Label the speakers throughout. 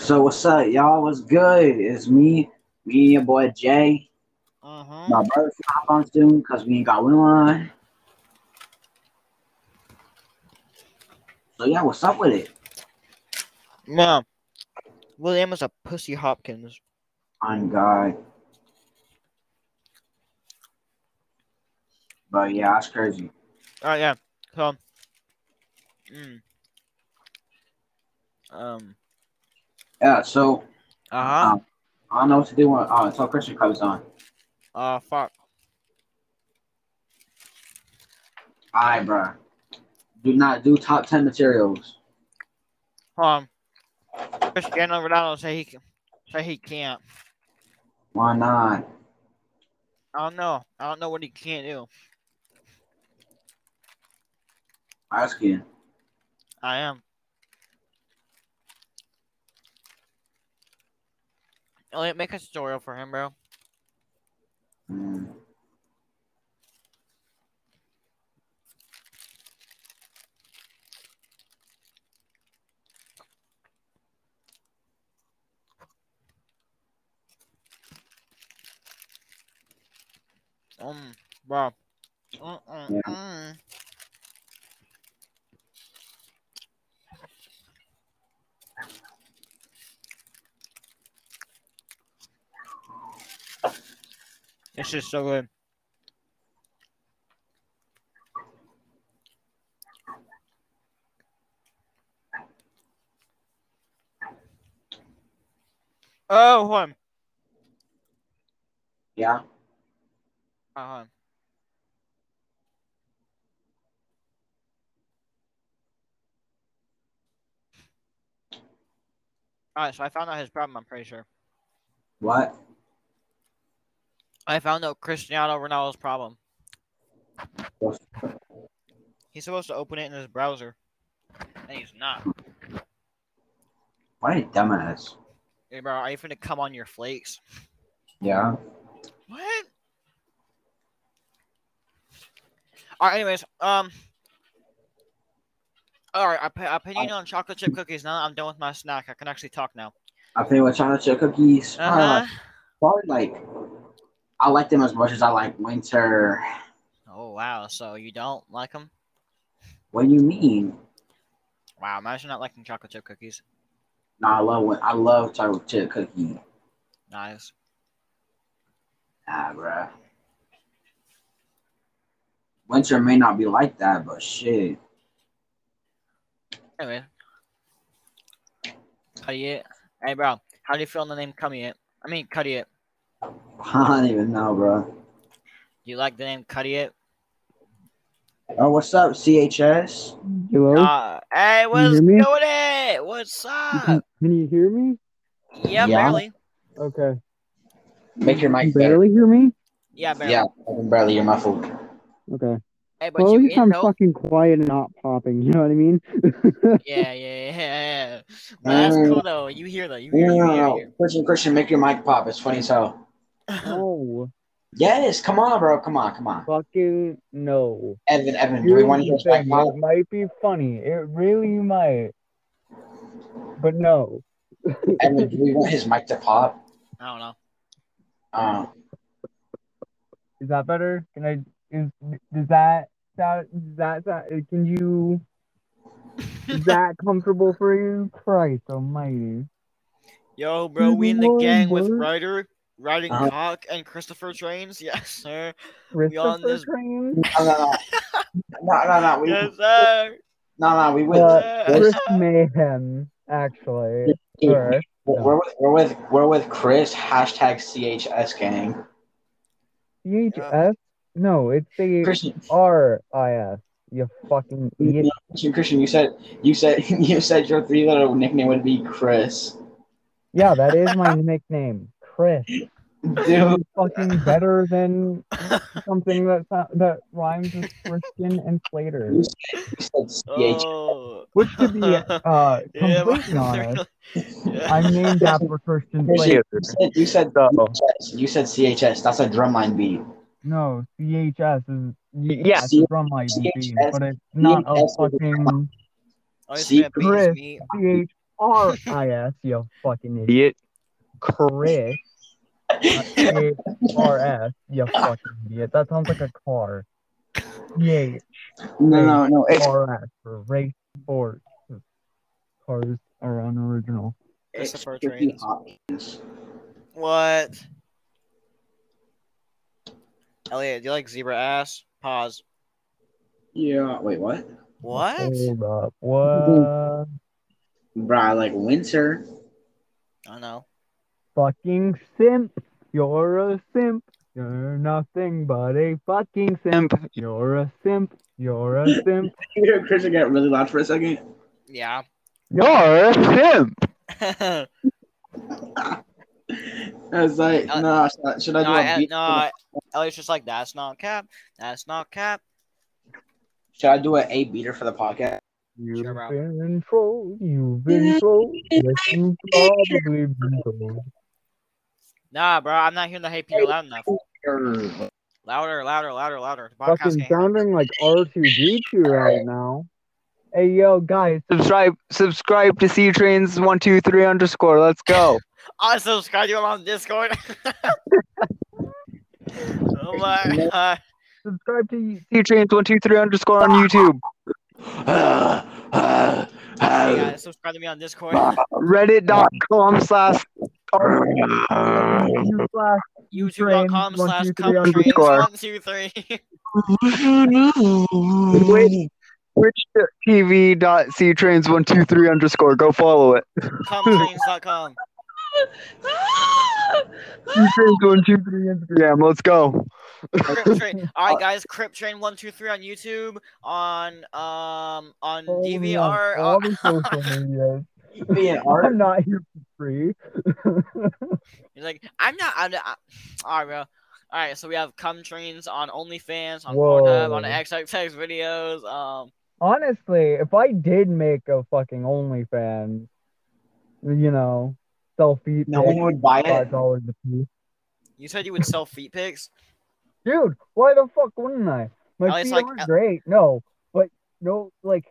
Speaker 1: So what's up, y'all? What's good? It's me, me and your boy Jay.
Speaker 2: Mm-hmm.
Speaker 1: My brother's gonna hop on soon because we ain't got one on. So yeah, what's up with it?
Speaker 2: No. William is a pussy Hopkins.
Speaker 1: On God. But yeah, that's crazy.
Speaker 2: Oh yeah. So. Mm. Um.
Speaker 1: Yeah, so
Speaker 2: Uh huh.
Speaker 1: I don't know what to do when uh, until Christian comes on.
Speaker 2: Uh. Fuck.
Speaker 1: Alright, bruh. Do not do top ten materials.
Speaker 2: Um. Cristiano Ronaldo say he can. Say he can't.
Speaker 1: Why not?
Speaker 2: I don't know. I don't know what he can't do.
Speaker 1: Ask you.
Speaker 2: I am. Elliot, make a tutorial for him, bro.
Speaker 1: Mm.
Speaker 2: Um, bro. Mm-mm-mm. This is so good. Oh, hold on.
Speaker 1: Yeah.
Speaker 2: Uh, hold on. Alright, so I found out his problem, I'm pretty sure.
Speaker 1: What?
Speaker 2: I found out Cristiano Ronaldo's problem.
Speaker 1: What's-
Speaker 2: He's supposed to open it in his browser. And he's not.
Speaker 1: What a dumbass.
Speaker 2: Hey, bro, are you finna come on your flakes?
Speaker 1: Yeah.
Speaker 2: What? Alright, anyways, um. Alright, op- opinion on chocolate chip cookies. Now that I'm done with my snack, I can actually talk now.
Speaker 1: I play with chocolate chip cookies. Probably,
Speaker 2: Uh huh.
Speaker 1: like, probably like I like them as much as I like winter.
Speaker 2: Oh, wow, so you don't like them?
Speaker 1: What do you mean?
Speaker 2: Wow, imagine not liking chocolate chip cookies.
Speaker 1: No, I love win- I love chocolate chip cookie.
Speaker 2: Nice.
Speaker 1: Ah, bruh. Winter may not be like that, but shit.
Speaker 2: Anyway. Cutty it. Hey, bro, how do you feel on the name Cummy It? I mean, Cutty It.
Speaker 1: I don't even know, bro.
Speaker 2: Do you like the name Cutty It?
Speaker 1: Oh, what's up, CHS?
Speaker 3: Hello?
Speaker 2: Uh, hey, what's
Speaker 3: hear me?
Speaker 2: doing it? What's up?
Speaker 3: Can you hear me?
Speaker 2: Yeah,
Speaker 1: Yeah.
Speaker 2: barely.
Speaker 3: Okay.
Speaker 1: Make your
Speaker 3: You
Speaker 1: mic better.
Speaker 3: barely hear me?
Speaker 2: Yeah, barely.
Speaker 1: Yeah, I can barely. You're muffled.
Speaker 3: Okay.
Speaker 2: Hey, but
Speaker 3: Well, at
Speaker 2: you
Speaker 3: least
Speaker 2: in
Speaker 3: I'm
Speaker 2: though?
Speaker 3: fucking quiet and not popping. You know what I mean?
Speaker 2: Yeah, yeah, yeah, yeah. But that's
Speaker 1: Mm.
Speaker 2: cool though. You hear though? You
Speaker 1: No,
Speaker 2: hear?
Speaker 1: no,
Speaker 2: You
Speaker 1: no,
Speaker 2: hear,
Speaker 1: no.
Speaker 2: you
Speaker 1: Christian, Christian, make your mic pop. It's funny as hell.
Speaker 2: hear.
Speaker 3: no.
Speaker 1: Yes, come on, bro. Come on, come on.
Speaker 3: Fucking no.
Speaker 1: Evan, Evan, do we
Speaker 3: Here's
Speaker 1: want to hear
Speaker 3: the
Speaker 1: his mic
Speaker 3: thing.
Speaker 1: pop?
Speaker 3: It might be funny. It really might. But no.
Speaker 1: Evan, do we want his mic to pop?
Speaker 2: I don't know.
Speaker 1: Uh,
Speaker 3: Is that better? Can I is does that sound does that sound can you is that comfortable for you? Christ almighty.
Speaker 2: Yo, bro, we in the
Speaker 3: Good
Speaker 2: gang with
Speaker 3: morning, bro.
Speaker 2: Ryder, Riding
Speaker 1: Uh-huh.
Speaker 2: Cock, and Christopher Trains. Yes, sir. on
Speaker 3: Christopher
Speaker 2: this-
Speaker 3: Train?
Speaker 1: no, no, no, no, no, we,
Speaker 2: Yes, sir.
Speaker 1: no, no, we with,
Speaker 3: Uh,
Speaker 1: Chris-
Speaker 3: Chris Mayhem, actually.
Speaker 1: we're,
Speaker 3: Sure.
Speaker 1: with, we're with, we're with Chris hashtag CHS gang.
Speaker 3: CHS? No, it's the
Speaker 1: Christian,
Speaker 3: R I S. You fucking idiot.
Speaker 1: Christian, Christian, you said, you said, you said your three letter nickname would be Chris.
Speaker 3: Yeah, that is my nickname, Chris.
Speaker 1: Dude,
Speaker 3: Fucking better than something that sou- that rhymes with Christian and Slater.
Speaker 1: you said, you said CH.
Speaker 2: Oh.
Speaker 3: Which to be uh
Speaker 2: Yeah, my-
Speaker 3: completely honest,
Speaker 2: Yeah.
Speaker 3: I'm named after Christian
Speaker 1: Christian,
Speaker 3: Slater.
Speaker 1: you said, you said,
Speaker 3: So
Speaker 1: CHS. you said CHS. That's a drumline beat.
Speaker 3: no, CHS is y- yeah, it's a drum light beat, but it's not a
Speaker 1: CHS
Speaker 3: fucking
Speaker 2: Oh, it's gonna
Speaker 1: See,
Speaker 2: beat his meat.
Speaker 3: CH R I S, you fucking idiot.
Speaker 4: Idiot.
Speaker 3: Chris A R S, you fucking idiot. That sounds like a car. Yay,
Speaker 1: No, no, no. It's
Speaker 3: R S for race sports. Cars are unoriginal.
Speaker 2: Christopher
Speaker 1: it's
Speaker 2: Trains.
Speaker 1: Hopkins.
Speaker 2: What? Elliot, do you like zebra ass? Pause.
Speaker 1: Yeah. Wait, what?
Speaker 2: What?
Speaker 3: Hold up. What?
Speaker 1: Bro, I like winter.
Speaker 2: I know.
Speaker 3: fucking simp. You're a simp. You're nothing but a fucking simp. You're a simp. You're a simp.
Speaker 1: Can you hear Christian get really loud for a second?
Speaker 2: Yeah.
Speaker 4: You're a simp.
Speaker 2: no,
Speaker 1: I was like,
Speaker 2: Uh,
Speaker 1: no, should I, should I do a
Speaker 2: I,
Speaker 1: beat?
Speaker 2: no, I- Elliot's just like, that's not cap. That's not cap.
Speaker 1: Should I do an A beater for the podcast?
Speaker 3: You've
Speaker 2: Sure, bro.
Speaker 3: been in trouble. You've been trolled. Yes, you probably been trolled.
Speaker 2: Nah, bro, I'm not hearing the hey Peter loud enough.
Speaker 1: Err.
Speaker 2: Louder, louder, louder, louder. The podcast
Speaker 3: Fucking
Speaker 2: can't hear.
Speaker 3: sounding like R2D2 right now. Hey, yo, guys.
Speaker 4: Subscribe. Subscribe to C Trains one two three underscore. Let's go.
Speaker 2: I subscribe you on Discord. oh my god.
Speaker 3: Subscribe to
Speaker 4: C Trains one two three underscore on YouTube.
Speaker 2: Hey guys, subscribe to me on Discord.
Speaker 4: Reddit.com slash.
Speaker 3: you slash
Speaker 2: YouTube.com
Speaker 3: Trains, one,
Speaker 2: slash
Speaker 3: two, three,
Speaker 2: cum trains
Speaker 4: underscore.
Speaker 2: one two three.
Speaker 4: Twitch. Twitch.tv.ctrains one two three underscore. Go follow it.
Speaker 2: Cumtrains.com.
Speaker 4: Ctrains one two three Instagram. Let's go.
Speaker 2: Crip Train. All right, guys. Crip Train one two three on YouTube, on um on
Speaker 3: follow me
Speaker 2: DVR.
Speaker 3: on all
Speaker 2: uh,
Speaker 3: the social medias.
Speaker 1: Me and Art.
Speaker 3: I'm not here for free.
Speaker 2: He's like, I'm not. I'm not. All right, bro. All right, so we have cum trains on OnlyFans, on
Speaker 3: Whoa.
Speaker 2: Pornhub, on XXX videos. Um,
Speaker 3: Honestly, if I did make a fucking OnlyFans, you know, selfie,
Speaker 1: No one would buy
Speaker 3: five
Speaker 1: it. Oh,
Speaker 3: dollars a piece.
Speaker 2: you said you would sell feet pics.
Speaker 3: Dude, why the fuck wouldn't I? My
Speaker 2: Oh, it's
Speaker 3: feet
Speaker 2: like-
Speaker 3: aren't great. No, but no, like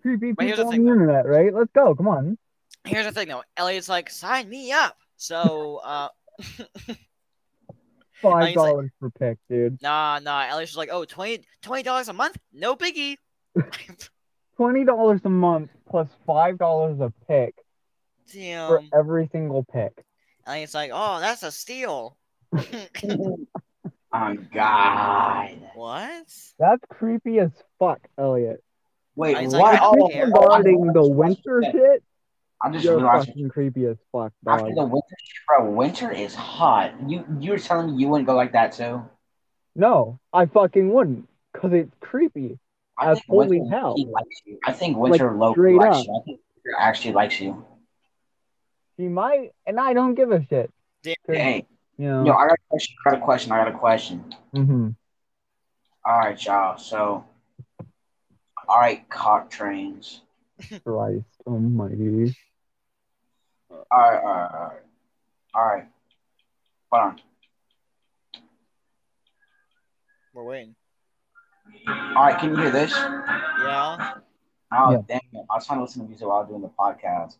Speaker 3: creepy
Speaker 2: But here's
Speaker 3: people
Speaker 2: the
Speaker 3: on
Speaker 2: thing,
Speaker 3: the internet, right? Let's go. Come on.
Speaker 2: Here's the thing, though. Elliot's like, sign me up. So, uh,
Speaker 3: Five
Speaker 2: he's like-
Speaker 3: dollars per pick, dude.
Speaker 2: nah, nah. Elliot's just like, oh, 20 dollars a month, no biggie.
Speaker 3: Twenty dollars a month plus five dollars a pick for
Speaker 2: Damn.
Speaker 3: every single pick.
Speaker 2: Elliot's like, oh, that's a steal.
Speaker 1: Oh God.
Speaker 2: what?
Speaker 3: That's creepy as fuck, Elliot.
Speaker 1: Wait,
Speaker 2: He's like,
Speaker 1: what?
Speaker 2: I don't
Speaker 1: oh,
Speaker 2: care.
Speaker 1: oh, I-
Speaker 3: Regarding the winter shit,
Speaker 1: I just
Speaker 3: you're
Speaker 1: realized
Speaker 3: fucking creepy as fuck,
Speaker 1: after the
Speaker 3: dog.
Speaker 1: winter, bro. Winter is hot. You you were telling me you wouldn't go like that too.
Speaker 3: No, I fucking wouldn't, cause it's creepy.
Speaker 1: I
Speaker 3: That's
Speaker 1: think winter
Speaker 3: holy hell.
Speaker 1: low-key likes you. I think winter low
Speaker 3: straight
Speaker 1: likes
Speaker 3: up.
Speaker 1: you. I think winter actually likes you.
Speaker 3: She might, and I don't give a shit.
Speaker 2: Damn.
Speaker 3: 'Cause,
Speaker 1: Hey,
Speaker 3: you know.
Speaker 1: no, I got a question. I got a question. I got a question.
Speaker 3: hmm
Speaker 1: All right, y'all. So, all right, cock trains.
Speaker 3: Christ almighty.
Speaker 1: All right, all right, all right. All right. Hold on.
Speaker 2: We're waiting.
Speaker 1: All right, can you hear this?
Speaker 2: Yeah.
Speaker 1: Oh,
Speaker 3: Yeah.
Speaker 1: damn it. I was trying to listen to music while doing the podcast.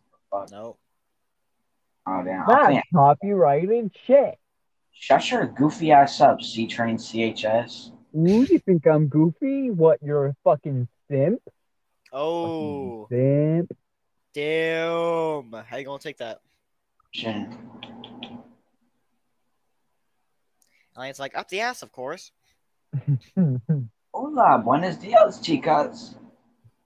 Speaker 2: No.
Speaker 1: Oh, damn. I
Speaker 3: That's
Speaker 1: think-
Speaker 3: copyrighted shit.
Speaker 1: Shut your goofy ass up, C Train CHS.
Speaker 3: Ooh, you think I'm goofy? What, you're a fucking simp?
Speaker 2: Oh,
Speaker 3: Simp.
Speaker 2: damn. How you gonna take that?
Speaker 1: Shit.
Speaker 2: Elliot's like, up the ass, of course.
Speaker 1: Hola, buenos dias, chicas.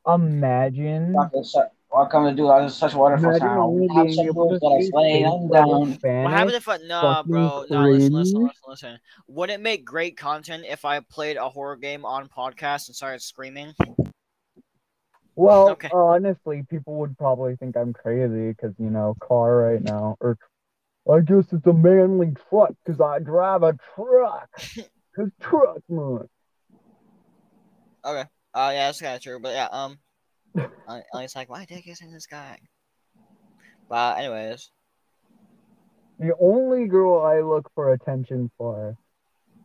Speaker 3: Imagine.
Speaker 1: Welcome to- Welcome to Do Others Such Wonderful
Speaker 3: Imagine
Speaker 1: Sound.
Speaker 3: only
Speaker 1: We have
Speaker 3: being
Speaker 1: some
Speaker 3: able
Speaker 1: rules
Speaker 3: to
Speaker 1: that I
Speaker 3: speak
Speaker 1: slay
Speaker 3: simp
Speaker 1: undone.
Speaker 2: What happened
Speaker 3: Spanish.
Speaker 2: if I nah,
Speaker 3: fucking
Speaker 2: bro? Nah, listen, listen,
Speaker 3: cringe.
Speaker 2: listen, listen. Would it make great content if I played a horror game on podcast and started screaming?
Speaker 3: Well,
Speaker 2: Okay.
Speaker 3: honestly, people would probably think I'm crazy because, you know, car right now. Or I guess it's a manly truck because I drive a truck. Because truck, man.
Speaker 2: Uh, yeah, that's kind of true, but yeah, um, I, I was like, my dick is in the sky. But anyways,
Speaker 3: The only girl I look for attention for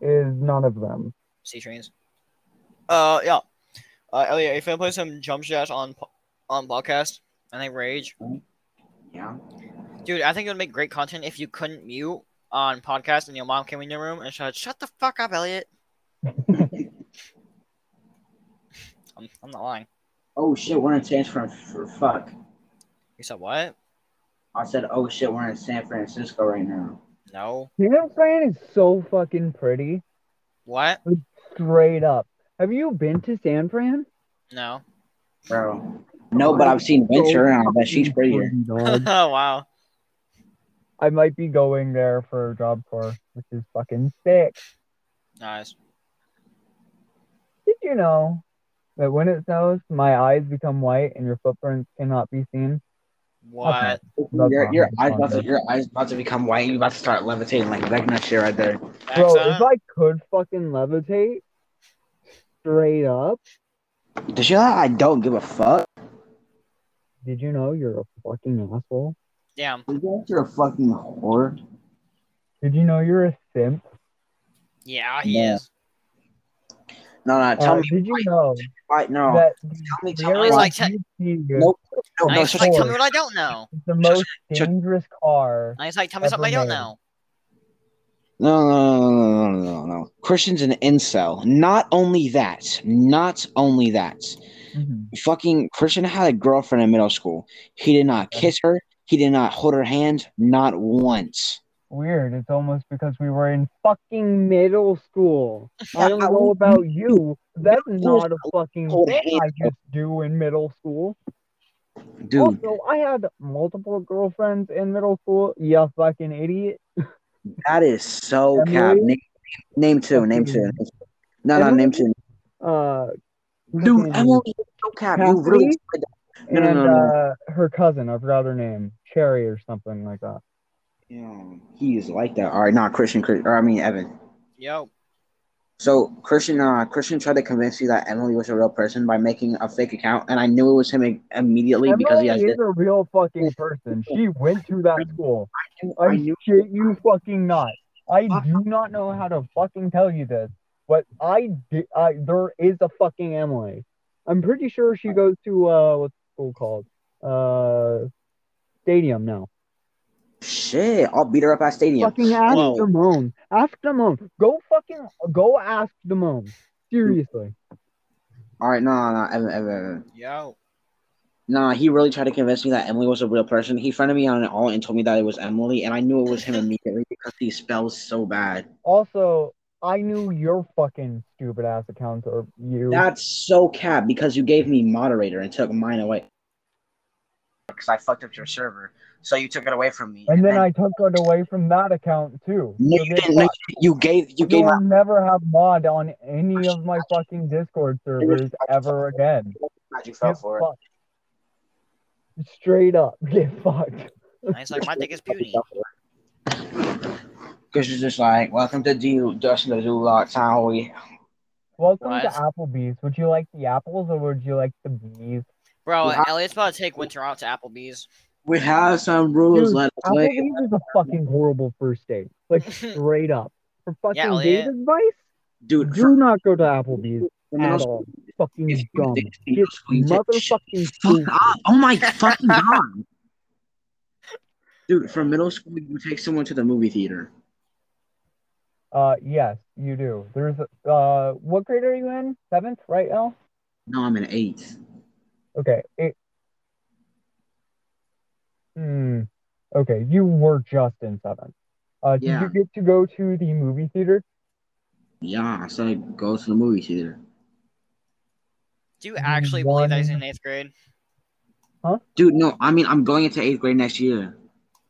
Speaker 3: is none of them.
Speaker 2: sea trains. oh Uh, yeah. Uh, Elliot, are you finna play some jump shots on po- on podcast? and they rage.
Speaker 1: Yeah.
Speaker 2: Dude, I think it would make great content if you couldn't mute on podcast and your mom came in your room and said, "Shut the fuck up, Elliot." I'm, I'm not lying.
Speaker 1: Oh shit, we're in San Fran for fuck.
Speaker 2: You said what?
Speaker 1: I said, oh shit, we're in San Francisco right now.
Speaker 2: No.
Speaker 3: You know what I'm saying? It's so fucking pretty.
Speaker 2: What?
Speaker 3: Straight up. Have you been to San Fran?
Speaker 2: No.
Speaker 1: Bro. No, but I've seen Winter and I bet she's prettier.
Speaker 3: Fucking dog.
Speaker 2: oh wow.
Speaker 3: I might be going there for a job tour, which is fucking sick.
Speaker 2: Nice.
Speaker 3: Did you know that when it snows, my eyes become white and your footprints cannot be seen?
Speaker 2: What?
Speaker 1: Your, your, eyes about to, your eyes about to become white. You're about to start levitating like Vecna shit right there.
Speaker 3: Bro,
Speaker 2: Excellent.
Speaker 3: if I could fucking levitate straight up,
Speaker 1: Did you know I don't give a fuck?
Speaker 3: did you know you're a fucking asshole?
Speaker 2: Damn.
Speaker 1: Did you know you're a fucking whore?
Speaker 3: Did you know you're a simp?
Speaker 2: Yeah, he
Speaker 1: No.
Speaker 2: is.
Speaker 1: No, no, tell
Speaker 3: Uh,
Speaker 1: me
Speaker 3: did you know
Speaker 1: why. No,
Speaker 3: that
Speaker 1: me- tell
Speaker 3: there
Speaker 1: me,
Speaker 3: on
Speaker 2: like, te-
Speaker 3: YouTube,
Speaker 1: Nope.
Speaker 3: Oh,
Speaker 1: no,
Speaker 2: Now
Speaker 1: no,
Speaker 2: he's
Speaker 1: shut
Speaker 2: like,
Speaker 1: up.
Speaker 2: tell me what I don't know.
Speaker 3: the most
Speaker 1: shut-
Speaker 3: dangerous car?
Speaker 2: Now he's like, tell me something I don't know.
Speaker 1: No, no, no, no, no, no, no, no. Christian's an incel. Not only that, not only that. Mm-hmm. Fucking Christian had a girlfriend in middle school. He did not kiss her. He did not hold her hand, not once.
Speaker 3: Weird. It's almost because we were in fucking middle school. I don't
Speaker 1: Yeah,
Speaker 3: know about you. but That's not a fucking
Speaker 1: Hold
Speaker 3: thing I
Speaker 1: hands.
Speaker 3: just do in middle school.
Speaker 1: Dude,
Speaker 3: Also, I had multiple girlfriends in middle school. You fucking idiot.
Speaker 1: that is so
Speaker 3: Emily?
Speaker 1: cap. Name, name two, name two. No, no,
Speaker 3: Emily?
Speaker 1: name two.
Speaker 3: Uh,
Speaker 1: Dude, Emily is so cap. You really
Speaker 3: Cassidy?
Speaker 1: said that. No,
Speaker 3: and
Speaker 1: no, no, no.
Speaker 3: Uh, her cousin. I forgot her name. Cherry or something like that.
Speaker 1: Yeah, he is like that. All right, not Christian, Chris- or I mean Evan.
Speaker 2: Yo.
Speaker 1: So Christian, uh, Christian tried to convince you that Emily was a real person by making a fake account, and I knew it was him im- immediately because he
Speaker 3: Emily
Speaker 1: has.
Speaker 3: is a real fucking person. She went to that school. I, shit you fucking not. I do not know how to fucking tell you this, but I, di- I there is a fucking Emily. I'm pretty sure
Speaker 1: Oh.
Speaker 3: she goes to uh what's the school called? Uh stadium now.
Speaker 1: Shit, I'll beat her up at stadium.
Speaker 3: Fucking ask
Speaker 1: Whoa.
Speaker 3: Damone. Ask Damone. Go fucking go ask Damone. Seriously.
Speaker 1: All right, no, no, no, Evan, Evan, Evan.
Speaker 2: Yo.
Speaker 1: Nah, he really tried to convince me that Emily was a real person. He friended me on it all and told me that it was Emily, and I knew it was him immediately because he spells so bad.
Speaker 3: Also, I knew your fucking stupid ass account or you
Speaker 1: That's so cap because you gave me moderator and took mine away. Because I fucked up your server, so you took it away from me.
Speaker 3: and then I took it away from that account too.
Speaker 1: No,
Speaker 3: So
Speaker 1: you
Speaker 3: guess
Speaker 1: didn't. No,
Speaker 3: what?
Speaker 1: you gave. You
Speaker 3: You
Speaker 1: gave.
Speaker 3: will never have mod on any of my fucking Discord servers ever again.
Speaker 1: You fell
Speaker 3: Get
Speaker 1: for it.
Speaker 3: fucked. Straight up, get fucked.
Speaker 2: Now he's like, my dick is puny.
Speaker 1: Because you're just like, welcome to do Dust in the Zoo Lot Town. Hall."
Speaker 3: Welcome
Speaker 2: What?
Speaker 3: to Applebee's. Would you like the apples or would you like the bees?
Speaker 2: Bro,
Speaker 1: Yeah.
Speaker 2: Elliot's about to take Winter out to Applebee's.
Speaker 1: We have some rules.
Speaker 3: Dude,
Speaker 1: let us play.
Speaker 3: Applebee's is a fucking horrible first date. Like straight up. For fucking date
Speaker 2: Elliot.
Speaker 3: advice,
Speaker 1: Dude,
Speaker 3: do not go to Applebee's
Speaker 1: for
Speaker 3: at
Speaker 1: middle
Speaker 3: all. Fucking
Speaker 1: If you
Speaker 3: dumb.
Speaker 1: think
Speaker 3: Get
Speaker 1: you should-
Speaker 3: motherfucking
Speaker 1: Fuck off. Oh my fucking god. Dude, from middle school, you take someone to the movie theater.
Speaker 3: Uh, yes, you do. There's uh, what grade are you in? Seventh, right, now?
Speaker 1: No, I'm an eighth.
Speaker 3: Okay. It... Hmm. Okay, you were just in seventh. Uh, did
Speaker 1: Yeah.
Speaker 3: you get to go to the movie theater?
Speaker 1: Yeah, so I go to the movie theater.
Speaker 2: Do you actually believe that he's in
Speaker 3: One.
Speaker 2: eighth grade?
Speaker 1: Dude, no, I mean, I'm going into eighth grade next year.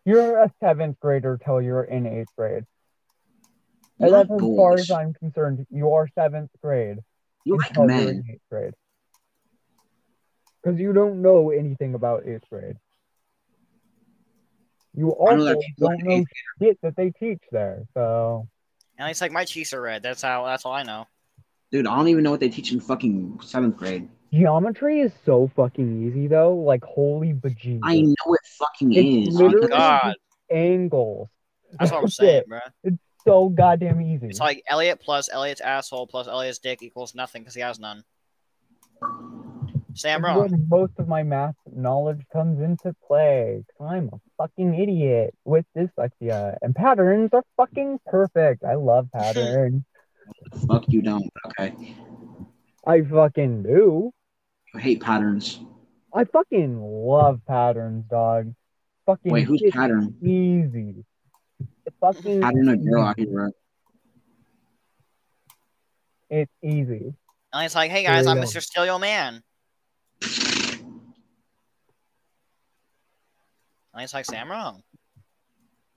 Speaker 3: You're a seventh grader till you're in eighth grade.
Speaker 1: You
Speaker 3: And that's
Speaker 1: like
Speaker 3: as far
Speaker 1: boys.
Speaker 3: as I'm concerned. You are seventh grade
Speaker 1: You like
Speaker 3: until you're
Speaker 1: men.
Speaker 3: in eighth grade. Because you don't know anything about eighth grade. You
Speaker 1: I know that
Speaker 3: also
Speaker 1: people in
Speaker 3: don't know
Speaker 1: eighth
Speaker 3: shit that they teach there. So
Speaker 2: And he's like, my cheeks are red. That's how. That's all I know.
Speaker 1: Dude, I don't even know what they teach in fucking seventh grade.
Speaker 3: geometry is so fucking easy though. Like holy bejesus.
Speaker 1: I know it fucking
Speaker 3: It's
Speaker 1: is.
Speaker 3: literally-
Speaker 2: God,
Speaker 3: Angles.
Speaker 2: that's what I'm
Speaker 3: That's
Speaker 2: saying,
Speaker 3: it.
Speaker 2: bro.
Speaker 3: So goddamn easy.
Speaker 2: It's like Elliot plus Elliot's asshole plus Elliot's dick equals nothing because he has none. Say I'm
Speaker 3: This is
Speaker 2: wrong.
Speaker 3: where most of my math knowledge comes into play. 'cause I'm a fucking idiot with dyslexia, and patterns are fucking perfect. I love patterns.
Speaker 1: Fuck you don't. Okay.
Speaker 3: I fucking do.
Speaker 1: I hate patterns.
Speaker 3: I fucking love patterns, dog. Fucking
Speaker 1: Wait, who's
Speaker 3: shit's
Speaker 1: pattern?
Speaker 3: easy. Fucking
Speaker 1: Pattern or girl out here, bro.
Speaker 3: it's easy.
Speaker 2: And it's like, hey guys, I'm
Speaker 3: Yeah.
Speaker 2: Mr. Steal Your Man. And it's like, say I'm wrong.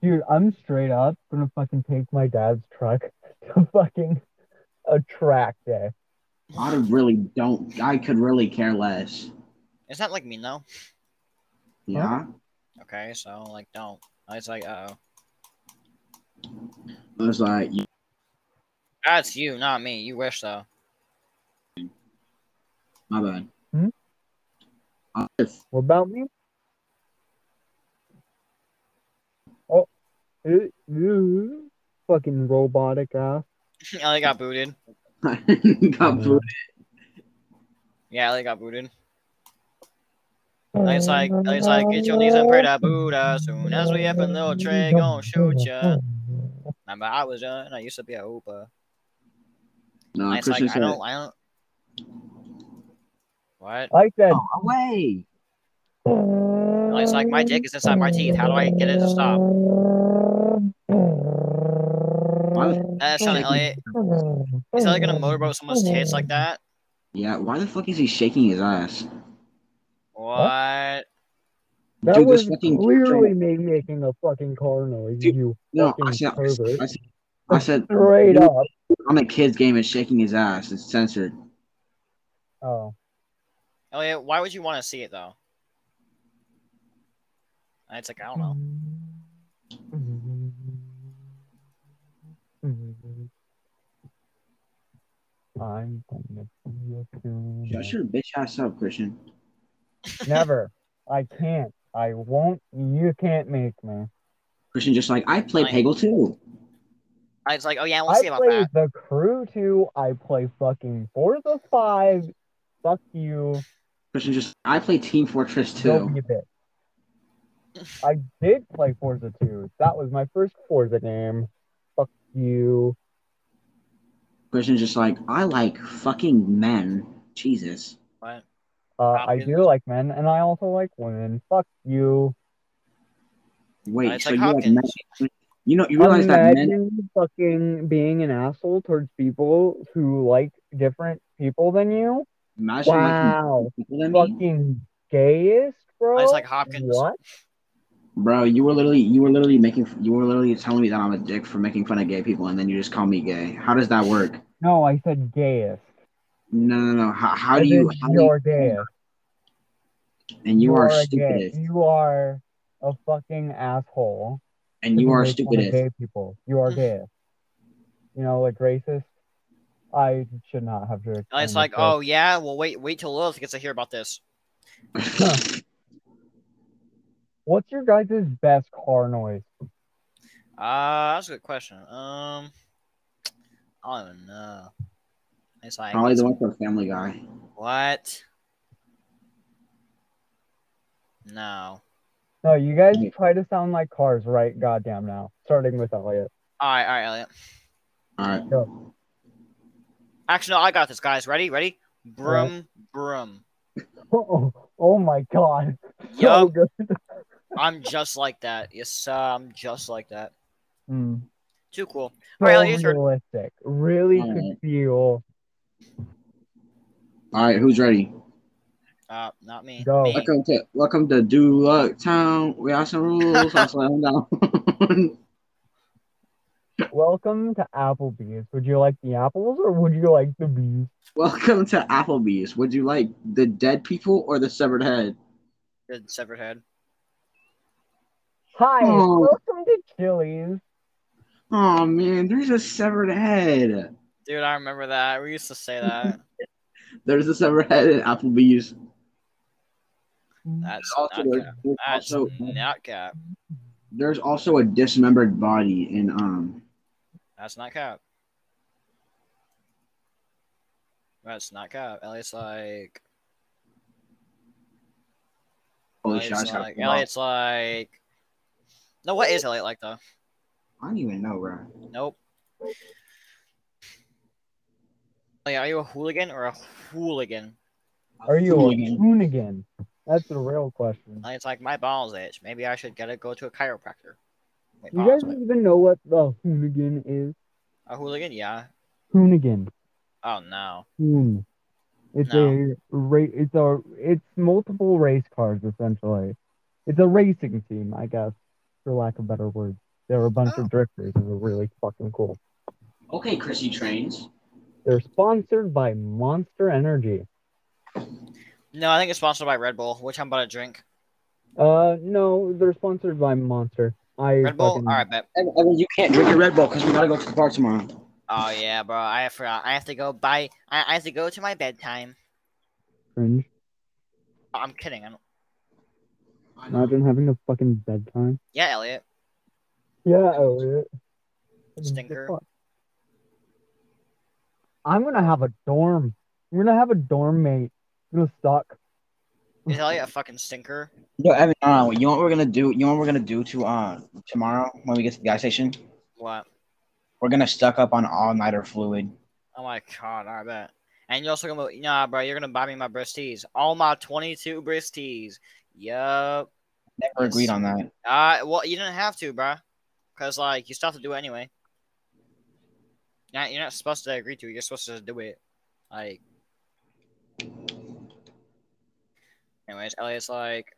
Speaker 3: Dude, I'm straight up gonna fucking take my dad's truck to fucking a track day.
Speaker 1: I really don't. I could really care less.
Speaker 2: Is that like mean though?
Speaker 1: Yeah.
Speaker 2: Okay, so like, don't. And it's like, uh oh.
Speaker 1: I was like,
Speaker 2: That's you, not me. You wish though.
Speaker 1: my bad.
Speaker 3: Hmm?
Speaker 1: I just-
Speaker 3: What about me? Oh, eh, eh, fucking robotic ass.
Speaker 2: Ellie got booted.
Speaker 1: got booted.
Speaker 2: Yeah, Ellie got booted. And it's like, and it's like, get your knees and pray to Buddha. Soon as we up in little tray, gon' shoot ya. Remember, I was young. I used to be a hooper.
Speaker 1: No,
Speaker 2: And it's like,
Speaker 1: Christian
Speaker 2: I
Speaker 1: said,
Speaker 2: don't, I don't. What?
Speaker 3: I said,
Speaker 1: "Oh, away.
Speaker 2: And it's like, my dick is inside my teeth. How do I get it to stop?
Speaker 1: Why the-
Speaker 2: That's Sean Elliott. Is that like gonna motorboat someone's tits like that?
Speaker 1: yeah, why the fuck is he shaking his ass?
Speaker 2: What?
Speaker 3: That
Speaker 1: Dude, this
Speaker 3: was
Speaker 1: fucking-
Speaker 3: clearly me making a fucking car noise.
Speaker 1: Dude,
Speaker 3: you
Speaker 1: No, I
Speaker 3: fucking
Speaker 1: said, I
Speaker 3: pervert.
Speaker 1: said, I said, I said
Speaker 3: straight
Speaker 1: dude,
Speaker 3: up.
Speaker 1: I'm a kid's game and shaking his ass. It's censored.
Speaker 3: Oh,
Speaker 2: Elliot, why would you want to see it though? And it's like, I don't know.
Speaker 3: I'm gonna be a fool.
Speaker 1: Shut your bitch ass up, Christian.
Speaker 3: Never. I can't. I won't. You can't make me.
Speaker 1: Christian just like, I play
Speaker 2: Fine.
Speaker 1: Peggle too.
Speaker 2: And it's like, oh yeah, I want
Speaker 3: I
Speaker 2: to see about
Speaker 3: play
Speaker 2: that.
Speaker 3: the crew two. I play fucking Forza five. Fuck you.
Speaker 1: Christian just, I play Team Fortress 2.
Speaker 3: Don't be a bitch. I did play Forza two. That was my first Forza game. Fuck you.
Speaker 1: Christian's just like, I like fucking men. Jesus.
Speaker 2: What?
Speaker 3: Uh, I do like men, and I also like women. Fuck you.
Speaker 1: Wait,
Speaker 2: it's
Speaker 1: so
Speaker 2: like
Speaker 1: you like
Speaker 2: Hopkins.
Speaker 1: men? You know, you realize that men.
Speaker 3: Imagine fucking being an asshole towards people who like different people than you.
Speaker 1: Imagine
Speaker 3: Wow.
Speaker 1: liking people than me?
Speaker 3: Fucking gayest, bro.
Speaker 2: It's like Hopkins.
Speaker 3: What?
Speaker 1: Bro, you were literally, you were literally making, you were literally telling me that I'm a dick for making fun of gay people, and then you just call me gay. How does that work?
Speaker 3: No, I said gayest.
Speaker 1: No, no, no. How, how
Speaker 3: As
Speaker 1: do you?
Speaker 3: in
Speaker 1: How do you
Speaker 3: You're gayest.
Speaker 1: and you, are
Speaker 3: a
Speaker 1: stupid,
Speaker 3: gay- You are a fucking asshole.
Speaker 1: and you are
Speaker 3: make fun of
Speaker 1: stupid.
Speaker 3: Gay people. You are gayest. You know, like racist. I should not have to.
Speaker 2: And it's
Speaker 3: explain
Speaker 2: like,
Speaker 3: myself.
Speaker 2: oh yeah, well wait, wait till Lilith gets to hear about this.
Speaker 3: What's your guys' best car noise?
Speaker 2: Uh, that's a good question. Um, I don't even know. It's like,
Speaker 1: Probably the one for Family Guy.
Speaker 2: what? No.
Speaker 3: No, you guys
Speaker 1: Yeah.
Speaker 3: try to sound like cars right goddamn now. Starting with Elliot.
Speaker 2: All right, all right, Elliot.
Speaker 1: All right.
Speaker 2: Actually, no, I got this, guys. Ready? Ready? Brum, brum.
Speaker 3: Oh, oh my god. So
Speaker 2: Yup,
Speaker 3: good.
Speaker 2: I'm just like that. Yes, uh, I'm just like that.
Speaker 3: Mm.
Speaker 2: Too cool.
Speaker 3: So
Speaker 2: All right, Elliot, it's your-
Speaker 3: realistic. Really
Speaker 1: All
Speaker 3: could
Speaker 1: right.
Speaker 3: feel.
Speaker 1: All right. Who's ready?
Speaker 2: Uh, not me.
Speaker 3: Go.
Speaker 2: Me.
Speaker 1: Welcome to Welcome to Do Luck Town. We have some rules. I'll slow them down.
Speaker 3: Welcome to Applebee's. Would you like the apples or would you like the bees?
Speaker 1: Welcome to Applebee's. Would you like the dead people or the severed head?
Speaker 2: Good severed head.
Speaker 3: Hi,
Speaker 1: Oh.
Speaker 3: welcome to Chili's.
Speaker 1: Oh man, there's a severed head.
Speaker 2: Dude, I remember that. We used to say that.
Speaker 1: There's a severed head at Applebee's.
Speaker 2: That's
Speaker 1: Also,
Speaker 2: not
Speaker 1: there's,
Speaker 2: cap.
Speaker 1: there's
Speaker 2: That's
Speaker 1: also
Speaker 2: not cap.
Speaker 1: there's also a dismembered body in um.
Speaker 2: That's not cap. That's not cap. Elliot's like,
Speaker 1: Holy shit! I
Speaker 2: Elliot's
Speaker 1: just gotta
Speaker 2: like,
Speaker 1: pull up.
Speaker 2: Elliot's like, no, what is Elliot like though?
Speaker 1: I don't even know, bro.
Speaker 2: Nope. Elliot, are you a hooligan or a hooligan?
Speaker 3: Are you a
Speaker 1: Hooligan.
Speaker 3: hoonigan? That's the real question.
Speaker 2: Elliot's like, my balls itch. Maybe I should get a go to a chiropractor. Wait,
Speaker 3: You
Speaker 2: balls,
Speaker 3: guys
Speaker 2: wait.
Speaker 3: even know what the hoonigan is?
Speaker 2: a hooligan? Yeah.
Speaker 3: Hoonigan.
Speaker 2: Oh no.
Speaker 3: Hoon. It's
Speaker 2: No.
Speaker 3: a ra- It's a. It's multiple race cars essentially. It's a racing team, I guess, for lack of better words. There are a bunch
Speaker 2: Oh.
Speaker 3: of drifters and they're really fucking cool.
Speaker 1: Okay, Chrissy trains.
Speaker 3: They're sponsored by Monster Energy.
Speaker 2: No, I think it's sponsored by Red Bull, which I'm about to drink.
Speaker 3: Uh, no, they're sponsored by Monster. I
Speaker 2: Red Bull?
Speaker 3: fucking-
Speaker 2: Alright, bet.
Speaker 1: Evan, Evan, you can't drink your Red Bull because we gotta go to the bar tomorrow.
Speaker 2: Oh yeah, bro. I forgot. I have to go by I, I have to go to my bedtime.
Speaker 3: cringe.
Speaker 2: Oh, I'm kidding. I don't...
Speaker 3: Imagine having a fucking bedtime.
Speaker 2: Yeah, Elliot.
Speaker 3: Yeah, Elliot.
Speaker 2: Stinker.
Speaker 3: I'm gonna have a dorm. I'm gonna have a dorm mate. I'm gonna suck.
Speaker 2: Is Elliot a fucking stinker?
Speaker 1: Yo, Evan, uh, you know what we're gonna do? You know what we're gonna do to uh tomorrow when we get to the gas station?
Speaker 2: What?
Speaker 1: We're gonna stuck up on all nighter fluid.
Speaker 2: Oh my god, I bet. And you're also gonna nah, bro. You're gonna buy me my Bristees, all my 22 Bristees. Yup.
Speaker 1: Never agreed on that.
Speaker 2: Uh, well, you didn't have to, bro, cause like you still have to do it anyway. Nah, you're not supposed to agree to it. You're supposed to do it. Like, anyways, Elliot's like,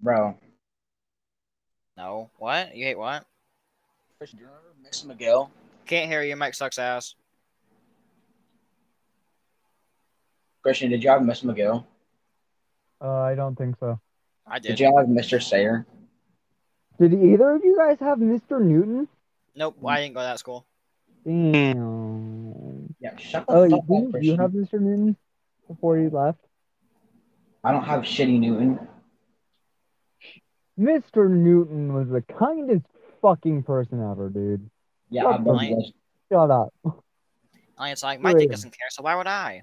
Speaker 1: Bro.
Speaker 2: no, what? You hate what?
Speaker 1: Chris, do you remember Miss McGill?
Speaker 2: Can't hear you. Your mic sucks ass.
Speaker 1: Christian, did you have Miss McGill?
Speaker 3: Uh, I don't think so.
Speaker 2: I
Speaker 1: Did
Speaker 2: did.
Speaker 1: you have Mr. Sayer?
Speaker 3: Did either of you guys have Mr. Newton?
Speaker 2: Nope.
Speaker 1: Mm.
Speaker 2: I didn't go to that school.
Speaker 3: Damn.
Speaker 1: Yeah, shut the
Speaker 3: Oh,
Speaker 1: fuck
Speaker 3: you,
Speaker 1: up,
Speaker 3: do you
Speaker 1: Christian.
Speaker 3: have Mr. Newton before you left?
Speaker 1: I don't have shitty Newton.
Speaker 3: Mr. Newton was the kindest fucking person ever, dude.
Speaker 1: Yeah,
Speaker 3: What
Speaker 1: I
Speaker 3: the-
Speaker 1: believe this.
Speaker 3: Shut up.
Speaker 2: Elliot's like, my
Speaker 3: Really?
Speaker 2: dick doesn't care, so why would I?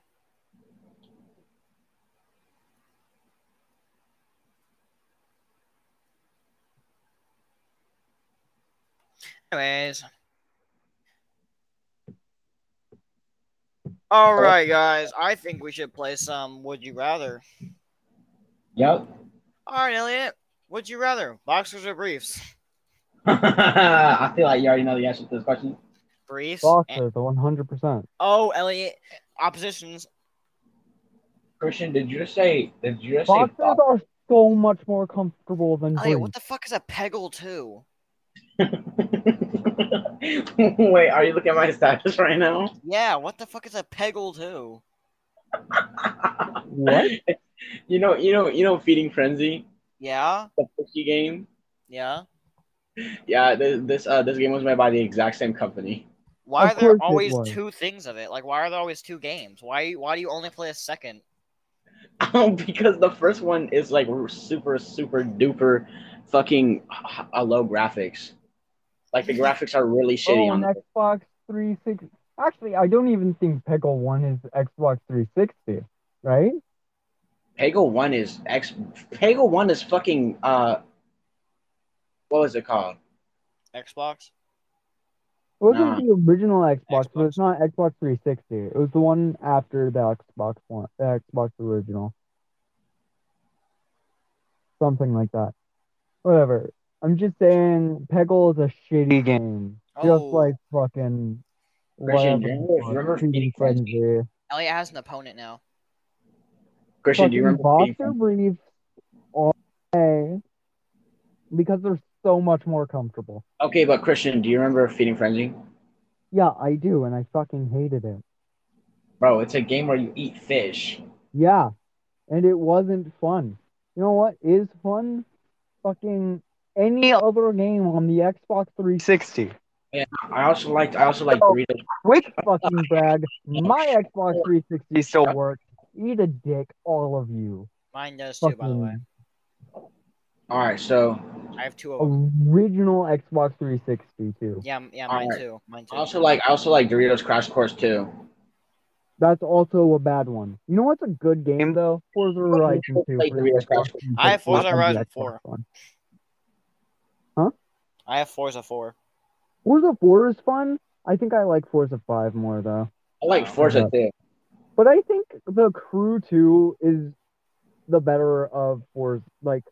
Speaker 2: Anyways. All right, guys. I think we should play some Would You Rather.
Speaker 1: Yep.
Speaker 2: All right, Elliot. Would you rather boxers or briefs?
Speaker 1: I feel like you already know the answer to this question.
Speaker 2: Briefs. And,
Speaker 3: Foster, the 100%.
Speaker 2: oh, Elliot. Oppositions.
Speaker 1: Christian, did you just say? Did you just
Speaker 3: Boxers
Speaker 1: say?
Speaker 3: are so much more comfortable than
Speaker 2: Elliot,
Speaker 3: briefs.
Speaker 2: Oh, what the fuck is a Peggle 2?
Speaker 1: Wait, are you looking at my status right now?
Speaker 2: Yeah, what the fuck is a Peggle 2?
Speaker 3: What?
Speaker 1: You know, you know, you know, feeding frenzy,
Speaker 2: Yeah,
Speaker 1: the cookie game.
Speaker 2: yeah.
Speaker 1: Yeah, this this, uh, this game was made by the exact same company.
Speaker 2: Why
Speaker 3: Of
Speaker 2: are there
Speaker 3: course it
Speaker 2: always
Speaker 3: was.
Speaker 2: two things of it? Like, why are there always two games? Why why do you only play a second?
Speaker 1: Um, because the first one is like super, super duper, fucking h- h- low graphics. Like the graphics are really shitty
Speaker 3: oh,
Speaker 1: on.
Speaker 3: on
Speaker 1: The-
Speaker 3: Xbox 360. Actually, I don't even think Pickle 1 is Xbox 360, right?
Speaker 1: Peggle One is X. Peggle One is fucking uh. What was it called?
Speaker 2: Xbox?
Speaker 3: It wasn't
Speaker 1: Nah.
Speaker 3: the original Xbox, but
Speaker 2: Xbox.
Speaker 3: it's not Xbox 360. It was the one after the Xbox One, the Xbox original. Something like that. Whatever. I'm just saying, Peggle is a shitty game. Just
Speaker 2: Oh.
Speaker 3: like fucking.
Speaker 1: Christian,
Speaker 3: whatever.
Speaker 1: remember- remember
Speaker 3: Feeding
Speaker 1: Feeding
Speaker 3: Frenzy.
Speaker 2: Elliot has an opponent now.
Speaker 1: Christian, do you
Speaker 3: fucking
Speaker 1: remember? Feeding
Speaker 3: boxer
Speaker 1: Frenzy?
Speaker 3: briefs all day because they're so much more comfortable.
Speaker 1: Okay, but Christian, do you remember Feeding Frenzy?
Speaker 3: Yeah, I do, and I fucking hated it.
Speaker 1: Bro, it's a game where you eat fish.
Speaker 3: Yeah, and it wasn't fun. You know what is fun? Fucking any other game on the Xbox 360.
Speaker 4: 60.
Speaker 1: I also liked. I also liked
Speaker 3: Oh.
Speaker 1: Doritos.
Speaker 3: Quick fucking brag. My Xbox 360
Speaker 4: He's still-
Speaker 3: still works. Eat a dick, all of you.
Speaker 2: Mine does too, by the way.
Speaker 3: Fucking
Speaker 1: All right, so
Speaker 2: I have two of them.
Speaker 3: original Xbox 360 too.
Speaker 2: Yeah, m- yeah, mine
Speaker 1: Alright.
Speaker 2: too. Mine too.
Speaker 1: I also like. I also like Doritos Crash Course too.
Speaker 3: That's also a bad one. You know what's a good game though? Forza Horizon Two.
Speaker 1: play
Speaker 3: for the
Speaker 1: three or
Speaker 3: Xbox
Speaker 1: scratch.
Speaker 3: One,
Speaker 2: I have
Speaker 3: but
Speaker 2: Forza
Speaker 3: not on the
Speaker 2: Horizon
Speaker 3: Xbox
Speaker 2: 4.
Speaker 3: One.
Speaker 2: I have Forza 4.
Speaker 3: Forza Four is fun. I think I like Forza Five more though.
Speaker 1: I like
Speaker 3: Uh-huh.
Speaker 1: Forza too.
Speaker 3: But I think the Crew 2 is the better of Forza. Like,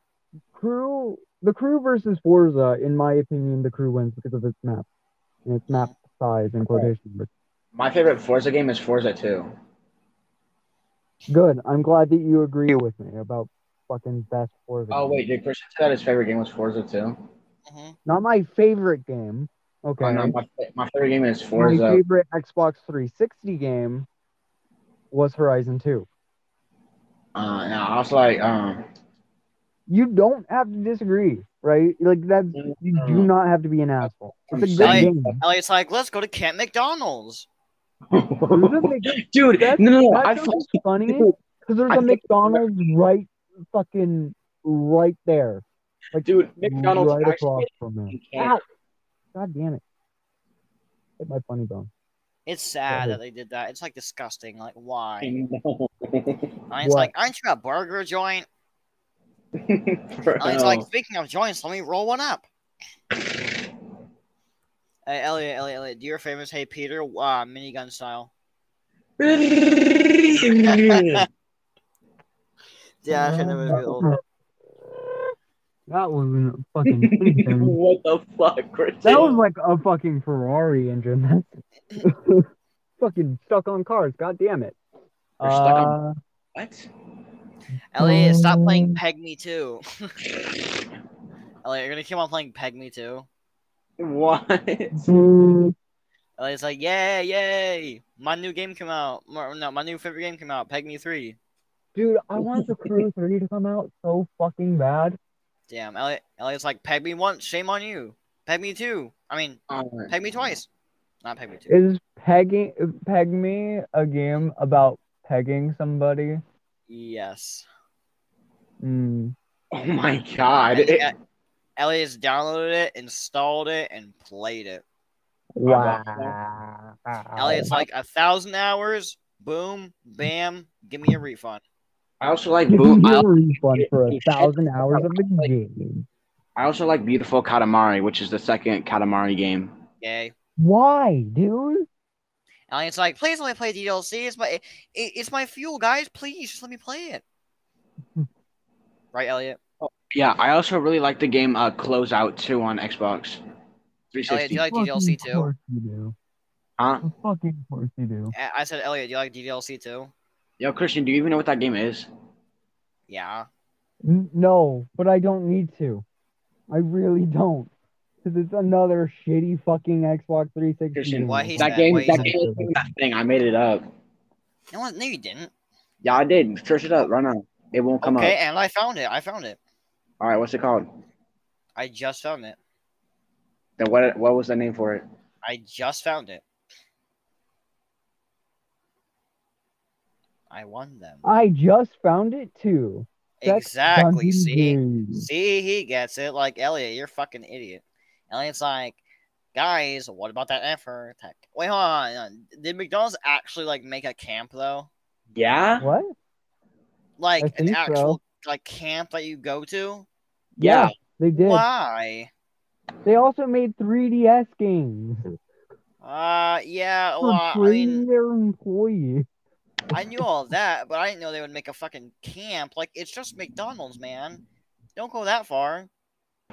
Speaker 3: Crew, the Crew versus Forza, in my opinion, the Crew wins because of its map and its map size and quotation marks.
Speaker 1: My favorite Forza game is Forza 2.
Speaker 3: Good. I'm glad that you agree with me about fucking best Forza.
Speaker 1: Oh,
Speaker 3: game.
Speaker 1: wait, did Christian say that his favorite game was Forza 2?
Speaker 2: Mhm.
Speaker 3: Not my favorite game. Okay.
Speaker 1: Oh, no, my, my favorite game is
Speaker 3: my
Speaker 1: Forza.
Speaker 3: favorite Xbox 360 game was Horizon 2.
Speaker 1: Uh, no, I was like, um,
Speaker 3: You don't have to disagree, right? Like, that's, you
Speaker 1: Mm.
Speaker 3: do not have to be an asshole. It's a good
Speaker 2: Like-
Speaker 3: game.
Speaker 2: Elliot's like, let's go to Camp McDonald's.
Speaker 3: There's a Mc-
Speaker 1: dude, no,
Speaker 3: That's-
Speaker 1: no, no, I
Speaker 3: That's
Speaker 1: fucking
Speaker 3: what's funny
Speaker 1: dude,
Speaker 3: because there's
Speaker 1: I
Speaker 3: a
Speaker 1: think-
Speaker 3: McDonald's right fucking right there,
Speaker 1: dude, McDonald's
Speaker 3: right across
Speaker 1: actually
Speaker 3: from there.
Speaker 1: can't.
Speaker 3: God damn it! Hit my funny bone.
Speaker 2: It's sad
Speaker 3: Mhm.
Speaker 2: that they did that. It's like disgusting. Like, why?
Speaker 1: No.
Speaker 2: Elliot's
Speaker 3: What?
Speaker 2: like, aren't you a burger joint? Elliot's
Speaker 1: Oh.
Speaker 2: like, speaking of joints, let me roll one up. Hey, Elliot, Elliot, Elliot, do your famous Hey Peter uh, minigun style. Yeah, I should never be old.
Speaker 3: That was a fucking anything.
Speaker 1: what the fuck, Christian?
Speaker 3: That was like a fucking Ferrari engine. fucking stuck on cars. God damn it!
Speaker 1: We're stuck on-
Speaker 3: Uh,
Speaker 1: what?
Speaker 2: Elliot, stop playing Peg Me Too. Elliot, you're gonna keep on playing Peg Me Too.
Speaker 1: What?
Speaker 3: mm,
Speaker 2: Elliot's like, yay, yay! My new game came out. Or, No, my new favorite game came out. Peg Me Three.
Speaker 3: dude, I want the Crew Three to come out so fucking bad.
Speaker 2: Damn, Elliot, Elliot's like, peg me once, shame on you. Peg me two. I mean,
Speaker 1: Alright.
Speaker 2: peg me twice. Not peg me two.
Speaker 3: Is pegging peg me a game about pegging somebody?
Speaker 2: Yes.
Speaker 3: Mm.
Speaker 1: Oh my god.
Speaker 2: And
Speaker 1: It-
Speaker 2: yeah, Elliot's downloaded it, installed it, and played it.
Speaker 1: Wow.
Speaker 2: Elliot's like, a thousand hours. Boom, bam, give me a refund.
Speaker 1: I also like
Speaker 3: Give
Speaker 1: boom.
Speaker 3: me
Speaker 1: I,
Speaker 3: a refund for a
Speaker 1: it-
Speaker 3: thousand hours of the game.
Speaker 1: I also like Beautiful Katamari, which is the second Katamari game.
Speaker 2: Yay.
Speaker 3: Why, dude?
Speaker 2: Elliot's like, please let me play DLC. It's my, it, it's my fuel, guys. Please, just let me play it. right, Elliot.
Speaker 1: Yeah, I also really like the game uh, Closeout 2 on Xbox
Speaker 2: Elliot, do
Speaker 1: 360.
Speaker 2: you like DLC
Speaker 3: Fucking
Speaker 2: too?
Speaker 3: course you do.
Speaker 1: huh?
Speaker 3: Of fucking course you do.
Speaker 2: I I said, Elliot, do you like DLC too?
Speaker 1: Yo, Christian, do you even know what that game is?
Speaker 2: Yeah.
Speaker 3: N- No, but I don't need to. I really don't. Because it's another shitty fucking Xbox 360.
Speaker 1: Christian,
Speaker 3: game.
Speaker 2: why he- He's
Speaker 1: that
Speaker 2: mad.
Speaker 1: game,
Speaker 2: Wait,
Speaker 1: that
Speaker 3: he's
Speaker 1: game,
Speaker 3: mad.
Speaker 1: that thing. I made it up.
Speaker 2: No, no, you didn't.
Speaker 1: Yeah, I did. Search it up right now. It won't come
Speaker 2: okay,
Speaker 1: up.
Speaker 2: and I found it. I found it.
Speaker 1: All right, what's it called?
Speaker 2: I just found it.
Speaker 1: Then what? What was the name for it?
Speaker 2: I just found it. I won them.
Speaker 3: I just found it too. That's
Speaker 2: exactly.
Speaker 3: fucking
Speaker 2: See?
Speaker 3: rude.
Speaker 2: See, he gets it. Like, Elliot, you're a fucking idiot. Elliot's like, guys, what about that effort? Tech? Wait, hold on. hold on. Did McDonald's actually, like, make a camp, though?
Speaker 1: Yeah.
Speaker 3: What? I
Speaker 2: Like, an
Speaker 3: think so.
Speaker 2: actual, like, camp that you go to?
Speaker 1: Yeah.
Speaker 3: They did.
Speaker 2: Why?
Speaker 3: They also made 3DS games
Speaker 2: Uh, yeah,
Speaker 3: for
Speaker 2: well, I
Speaker 3: free
Speaker 2: mean...
Speaker 3: their employees.
Speaker 2: I knew all that, but I didn't know they would make a fucking camp. Like it's just McDonald's, man. Don't go that far.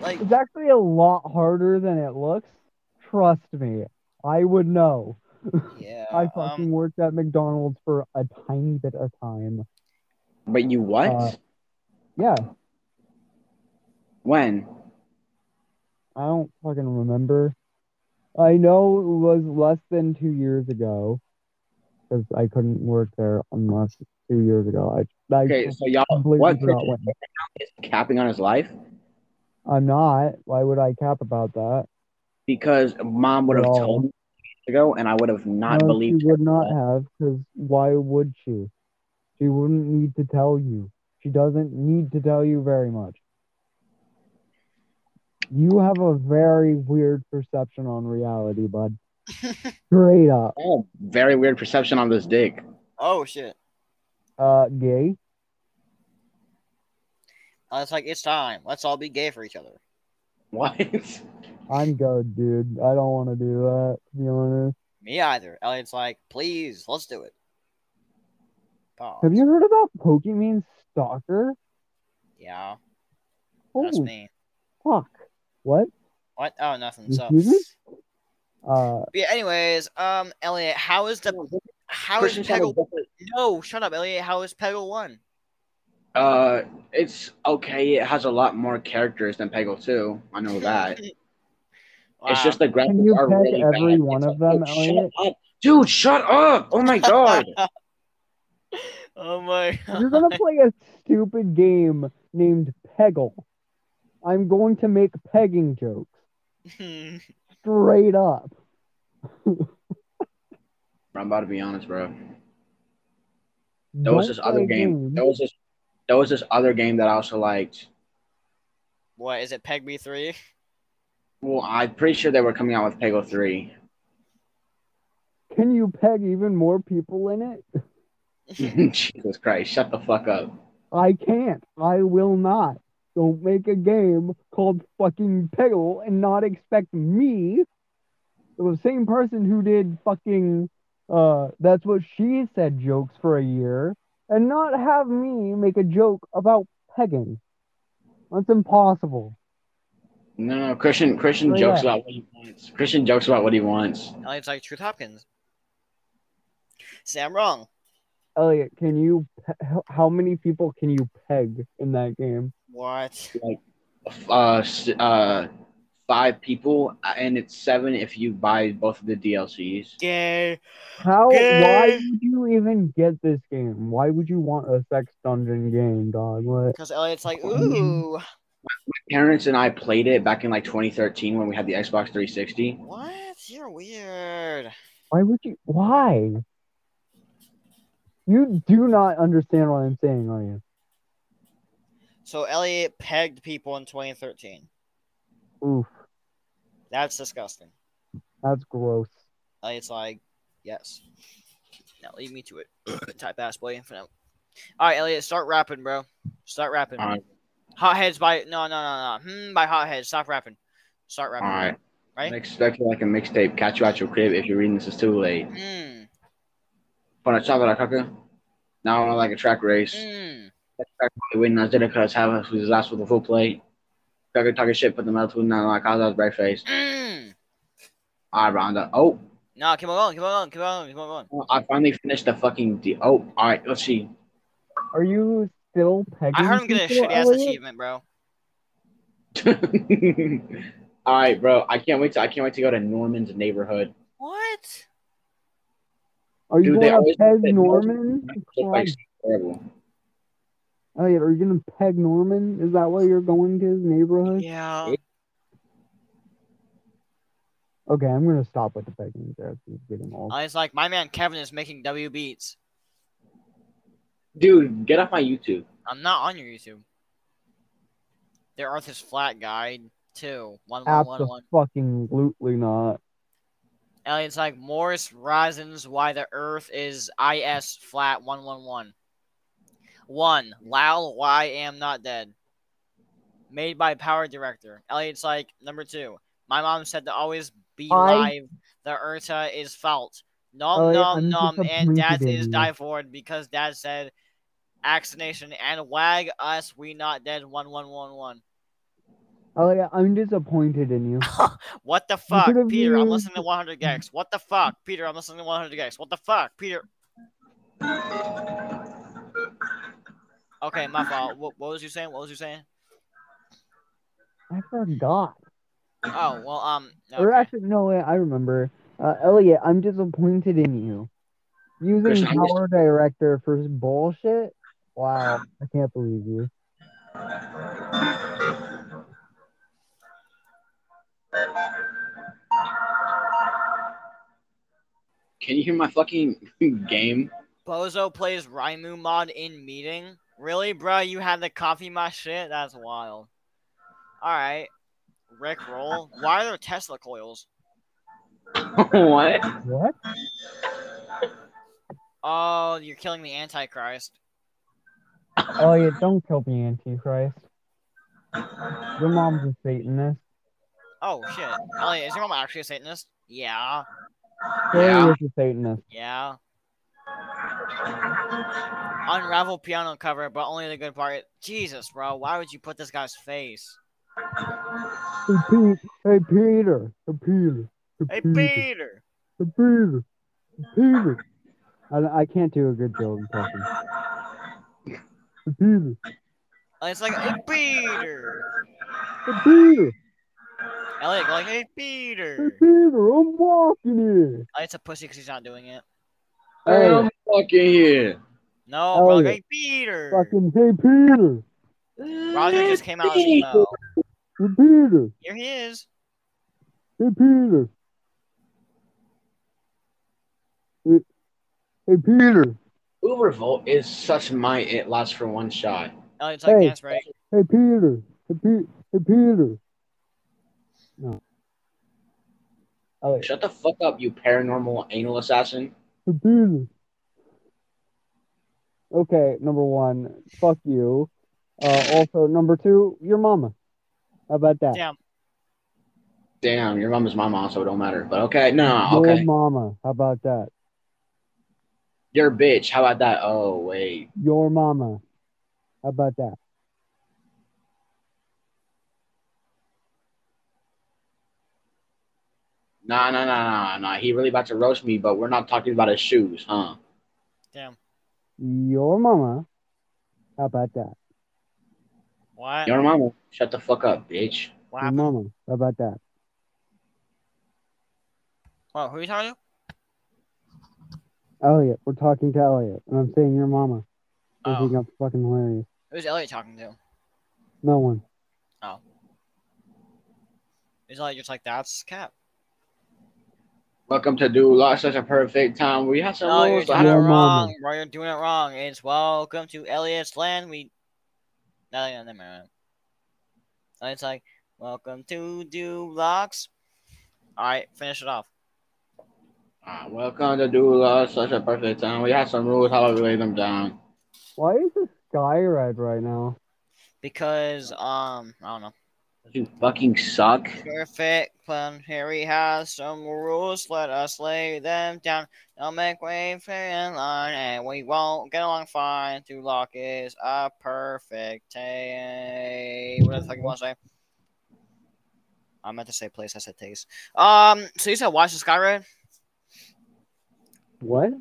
Speaker 2: Like
Speaker 3: It's actually a lot harder than it looks. Trust me, I would know.
Speaker 2: yeah.
Speaker 3: I fucking
Speaker 2: um,
Speaker 3: worked at McDonald's for a tiny bit of time.
Speaker 1: But you what?
Speaker 3: Uh, Yeah,
Speaker 1: when?
Speaker 3: I don't fucking remember. I know it was less than two years ago because I couldn't work there unless two years ago. I, I
Speaker 1: Okay, so y'all,
Speaker 3: completely
Speaker 1: what
Speaker 3: forgot
Speaker 1: Christian
Speaker 3: when.
Speaker 1: is capping on his life?
Speaker 3: I'm not. Why would I cap about that?
Speaker 1: Because mom would have
Speaker 3: No.
Speaker 1: told me ago, and I would have not
Speaker 3: no,
Speaker 1: believed.
Speaker 3: she would not have because why would she she wouldn't need to tell you she doesn't need to tell you very much you have a very weird perception on reality bud straight up
Speaker 1: Oh, very weird perception on this dick.
Speaker 2: Oh shit.
Speaker 3: Uh, gay.
Speaker 2: I was like, it's time. Let's all be gay for each other.
Speaker 1: What?
Speaker 3: I'm good, dude. I don't want to do that. To be honest.
Speaker 2: Me either. Elliot's like, please, let's do it. Pause.
Speaker 3: Have you heard about Pokemon Stalker?
Speaker 2: Yeah, that's
Speaker 3: Holy
Speaker 2: me.
Speaker 3: fuck! What?
Speaker 2: What? Oh, nothing. So,
Speaker 3: Excuse me? Uh,
Speaker 2: but yeah, anyways, um, Elliot, how is the how is
Speaker 1: Christian
Speaker 2: Peggle?
Speaker 1: Channel different.
Speaker 2: No, shut up, Elliot. How is Peggle one?
Speaker 1: Uh, it's okay. It has a lot more characters than Peggle 2. I know that. It's
Speaker 2: Wow.
Speaker 1: just the graphics
Speaker 3: Can you
Speaker 1: are
Speaker 3: peg
Speaker 1: really bad.
Speaker 3: every
Speaker 1: It's
Speaker 3: one
Speaker 1: like,
Speaker 3: of them,
Speaker 1: "Oh,
Speaker 3: Elliot?"
Speaker 1: Shut up. Dude, shut up! Oh my god!
Speaker 2: oh my.
Speaker 3: you're gonna play a stupid game named Peggle. I'm going to make pegging jokes straight up.
Speaker 1: Bro, I'm about to be honest, bro. There
Speaker 3: That
Speaker 1: was this other game. There was this. There was this other game that I also liked.
Speaker 2: what is it? Peg B three?
Speaker 1: Well, I'm pretty sure they were coming out with Peggle 3.
Speaker 3: Can you peg even more people in it?
Speaker 1: Jesus Christ, shut the fuck up.
Speaker 3: I can't. I will not. Don't make a game called fucking Peggle and not expect me, the same person who did fucking uh that's what she said jokes for a year, and not have me make a joke about pegging. That's impossible.
Speaker 1: No, no, Christian. Christian
Speaker 3: Oh,
Speaker 1: jokes
Speaker 3: yeah.
Speaker 1: about what he wants. Christian jokes about what he wants.
Speaker 2: Elliot's like Truth Hopkins. See, I'm wrong.
Speaker 3: Elliot, can you pe- how- how many people can you peg in that game?
Speaker 2: What?
Speaker 1: Uh, s- uh, five people, uh, and it's seven if you buy both of the DLCs.
Speaker 2: Gay.
Speaker 3: How why
Speaker 2: Gay.
Speaker 3: would you even get this game? Why would you want a sex dungeon game, dog? What?
Speaker 2: Because Elliot's like, ooh,
Speaker 1: Parents and I played it back in like 2013 when we had the Xbox 360.
Speaker 2: what? You're weird.
Speaker 3: Why would you? Why? You do not understand what I'm saying, are you?
Speaker 2: So Elliot pegged people in 2013.
Speaker 3: Oof,
Speaker 2: That's disgusting.
Speaker 3: that's gross.
Speaker 2: Elliot's like, yes. Now lead me to it. Type ass boy infinite. All right, Elliot, start rapping, bro. Start rapping.
Speaker 1: All right,
Speaker 2: Hotheads by no no no no. Hmm, by hotheads. Stop rapping. Start
Speaker 1: all
Speaker 2: rapping.
Speaker 1: right.
Speaker 2: Right?
Speaker 1: Next, back to like a mixtape. Catch you at your crib if you're reading this is too late.
Speaker 2: Mm,
Speaker 1: Fun a chocolate cucker. Now I'm like a track race.
Speaker 2: mm.
Speaker 1: That's practically when Nigeria cuts have us with his last with a full plate. Cucker talking shit, put the mouth with now like I was break face.
Speaker 2: Mm.
Speaker 1: I round up. Oh,
Speaker 2: No, keep on going, keep on going, keep on going, keep on going.
Speaker 1: I finally finished the fucking D. Oh, all right, let's see.
Speaker 3: Are you still pegging?
Speaker 2: I heard him get a
Speaker 3: people,
Speaker 2: shitty ass
Speaker 3: Elliot?
Speaker 2: achievement, bro.
Speaker 1: all right, bro. I can't wait to I can't wait to go to Norman's neighborhood.
Speaker 2: What?
Speaker 3: Are you
Speaker 1: Dude, they
Speaker 3: gonna
Speaker 1: always
Speaker 3: peg
Speaker 1: say no.
Speaker 3: Norman?
Speaker 1: It's like
Speaker 3: God.
Speaker 1: terrible.
Speaker 3: Elliot, are you gonna peg Norman? Is that why you're going to his neighborhood?
Speaker 2: Yeah.
Speaker 3: Okay, I'm gonna stop with the pegging jokes. It's getting old.
Speaker 2: Elliot's like, my man Kevin is making W beats.
Speaker 1: Dude, get off my YouTube.
Speaker 2: I'm not on your YouTube. Their Earth is flat guide two. One one one one.
Speaker 3: Absolutely not.
Speaker 2: Elliot's like Morris Risins why the Earth is IS flat one one one. One Lal why am not dead. Made by Power Director. Elliot's like number two. My mom said to always be
Speaker 3: I-
Speaker 2: live. The Eartha is fault. Nom
Speaker 3: Elliot, I'm
Speaker 2: nom nom and dad
Speaker 3: disappointed in
Speaker 2: is
Speaker 3: you.
Speaker 2: die forward because dad said vaccination and wag us we not dead one one one one.
Speaker 3: Elliot, I'm disappointed in you.
Speaker 2: What the
Speaker 3: You
Speaker 2: fuck,
Speaker 3: could've
Speaker 2: Peter? I'm
Speaker 3: used-
Speaker 2: listening to 100 gigs. What the fuck, Peter? I'm listening to 100 gigs. What the fuck, Peter? Okay, my fault. What, what was you saying? What was you saying?
Speaker 3: I forgot.
Speaker 2: Oh well, um,
Speaker 3: Or
Speaker 2: okay.
Speaker 3: actually, no, wait, I remember. Uh, Elliot, I'm disappointed in you. Using
Speaker 1: Christian, I'm just-
Speaker 3: Power Director for bullshit? Wow, I can't believe you.
Speaker 1: Can you hear my fucking game?
Speaker 2: Bozo plays Raimu mod in meeting. Really, bro? You had to copy my shit? That's wild. All right, Rick roll. Why are there Tesla coils?
Speaker 1: what?
Speaker 3: What?
Speaker 2: Oh, you're killing the Antichrist.
Speaker 3: Oh yeah, don't kill the Antichrist. Your mom's a Satanist.
Speaker 2: Oh shit. Elliot, is your mom actually a Satanist? Yeah.
Speaker 3: Carrie is a Satanist.
Speaker 2: Yeah. Unravel piano cover, but only the good part. Jesus, bro, why would you put this guy's face?
Speaker 3: Hey, Pete. Hey, Peter. Hey, Peter.
Speaker 2: Hey, Peter.
Speaker 3: Hey, Peter. Hey, Peter. I, I can't do a good Joe impression. Hey, Peter.
Speaker 2: It's like, hey, Peter.
Speaker 3: Hey, Peter.
Speaker 2: Elliot, go like, hey,
Speaker 3: Hey,
Speaker 2: Peter.
Speaker 3: Peter. I'm walking here.
Speaker 2: Elliot's a pussy because he's not doing it.
Speaker 5: I'm fucking here.
Speaker 2: No, bro, like,
Speaker 3: Elliot.
Speaker 2: hey, Peter.
Speaker 3: Fucking hey, Peter.
Speaker 2: Roger just came out of the snow.
Speaker 3: Hey, Peter.
Speaker 2: Here he is.
Speaker 3: Hey, Peter. Hey, hey, Peter.
Speaker 5: Uber Volt is such my it lasts for one shot.
Speaker 2: Elliot's like,
Speaker 3: Hey.
Speaker 2: dance break.
Speaker 3: Hey, Peter. Hey, Pe- hey Peter. No. Elliot.
Speaker 5: Shut the fuck up, you paranormal anal assassin.
Speaker 3: Hey, Peter. Okay, number one, fuck you. Uh, also, number two, your mama. How about that?
Speaker 2: Damn.
Speaker 5: Damn, your mom is my mom, so it don't matter. But okay, no,
Speaker 3: Your
Speaker 5: okay.
Speaker 3: mama. How about that?
Speaker 5: Your bitch. How about that? Oh wait.
Speaker 3: Your mama. How about that?
Speaker 5: Nah, nah, nah, nah, nah. He really about to roast me, but we're not talking about his shoes, huh?
Speaker 2: Damn.
Speaker 3: Your mama. How about that?
Speaker 2: What?
Speaker 5: Your mom. Shut the fuck up, bitch.
Speaker 2: What
Speaker 3: Your
Speaker 2: happened?
Speaker 3: mama. How about that?
Speaker 2: Whoa, who are you talking to?
Speaker 3: Elliot. We're talking to Elliot, and I'm saying your mama. I
Speaker 5: Um,
Speaker 3: think
Speaker 2: Oh,
Speaker 3: I'm fucking hilarious.
Speaker 2: who's Elliot talking to?
Speaker 3: No one.
Speaker 2: Is Elliot just like, that's Cap?
Speaker 5: Welcome to Do Lost Such a Perfect Time. We have some
Speaker 2: No, Oh, you're
Speaker 5: rules.
Speaker 2: doing it
Speaker 3: Your mama.
Speaker 2: wrong, bro. You're doing it wrong. It's welcome to Elliot's land. We. No, no, no, no, no. no. It's like, welcome to Do Locks. Alright, finish it off.
Speaker 5: Ah, welcome to Do Lost Such a Perfect Time. We have some rules. How do we lay them down?
Speaker 3: Why is the sky red right now?
Speaker 2: Because, um, I don't know.
Speaker 5: You fucking suck.
Speaker 2: Perfect plan. Here we have some rules. Let us lay them down. They'll make way for in line, and we won't get along fine. To lock is a perfect day. What the fuck you want to say? I meant to say place. I said taste. Um. So you said watch the sky red.
Speaker 3: What?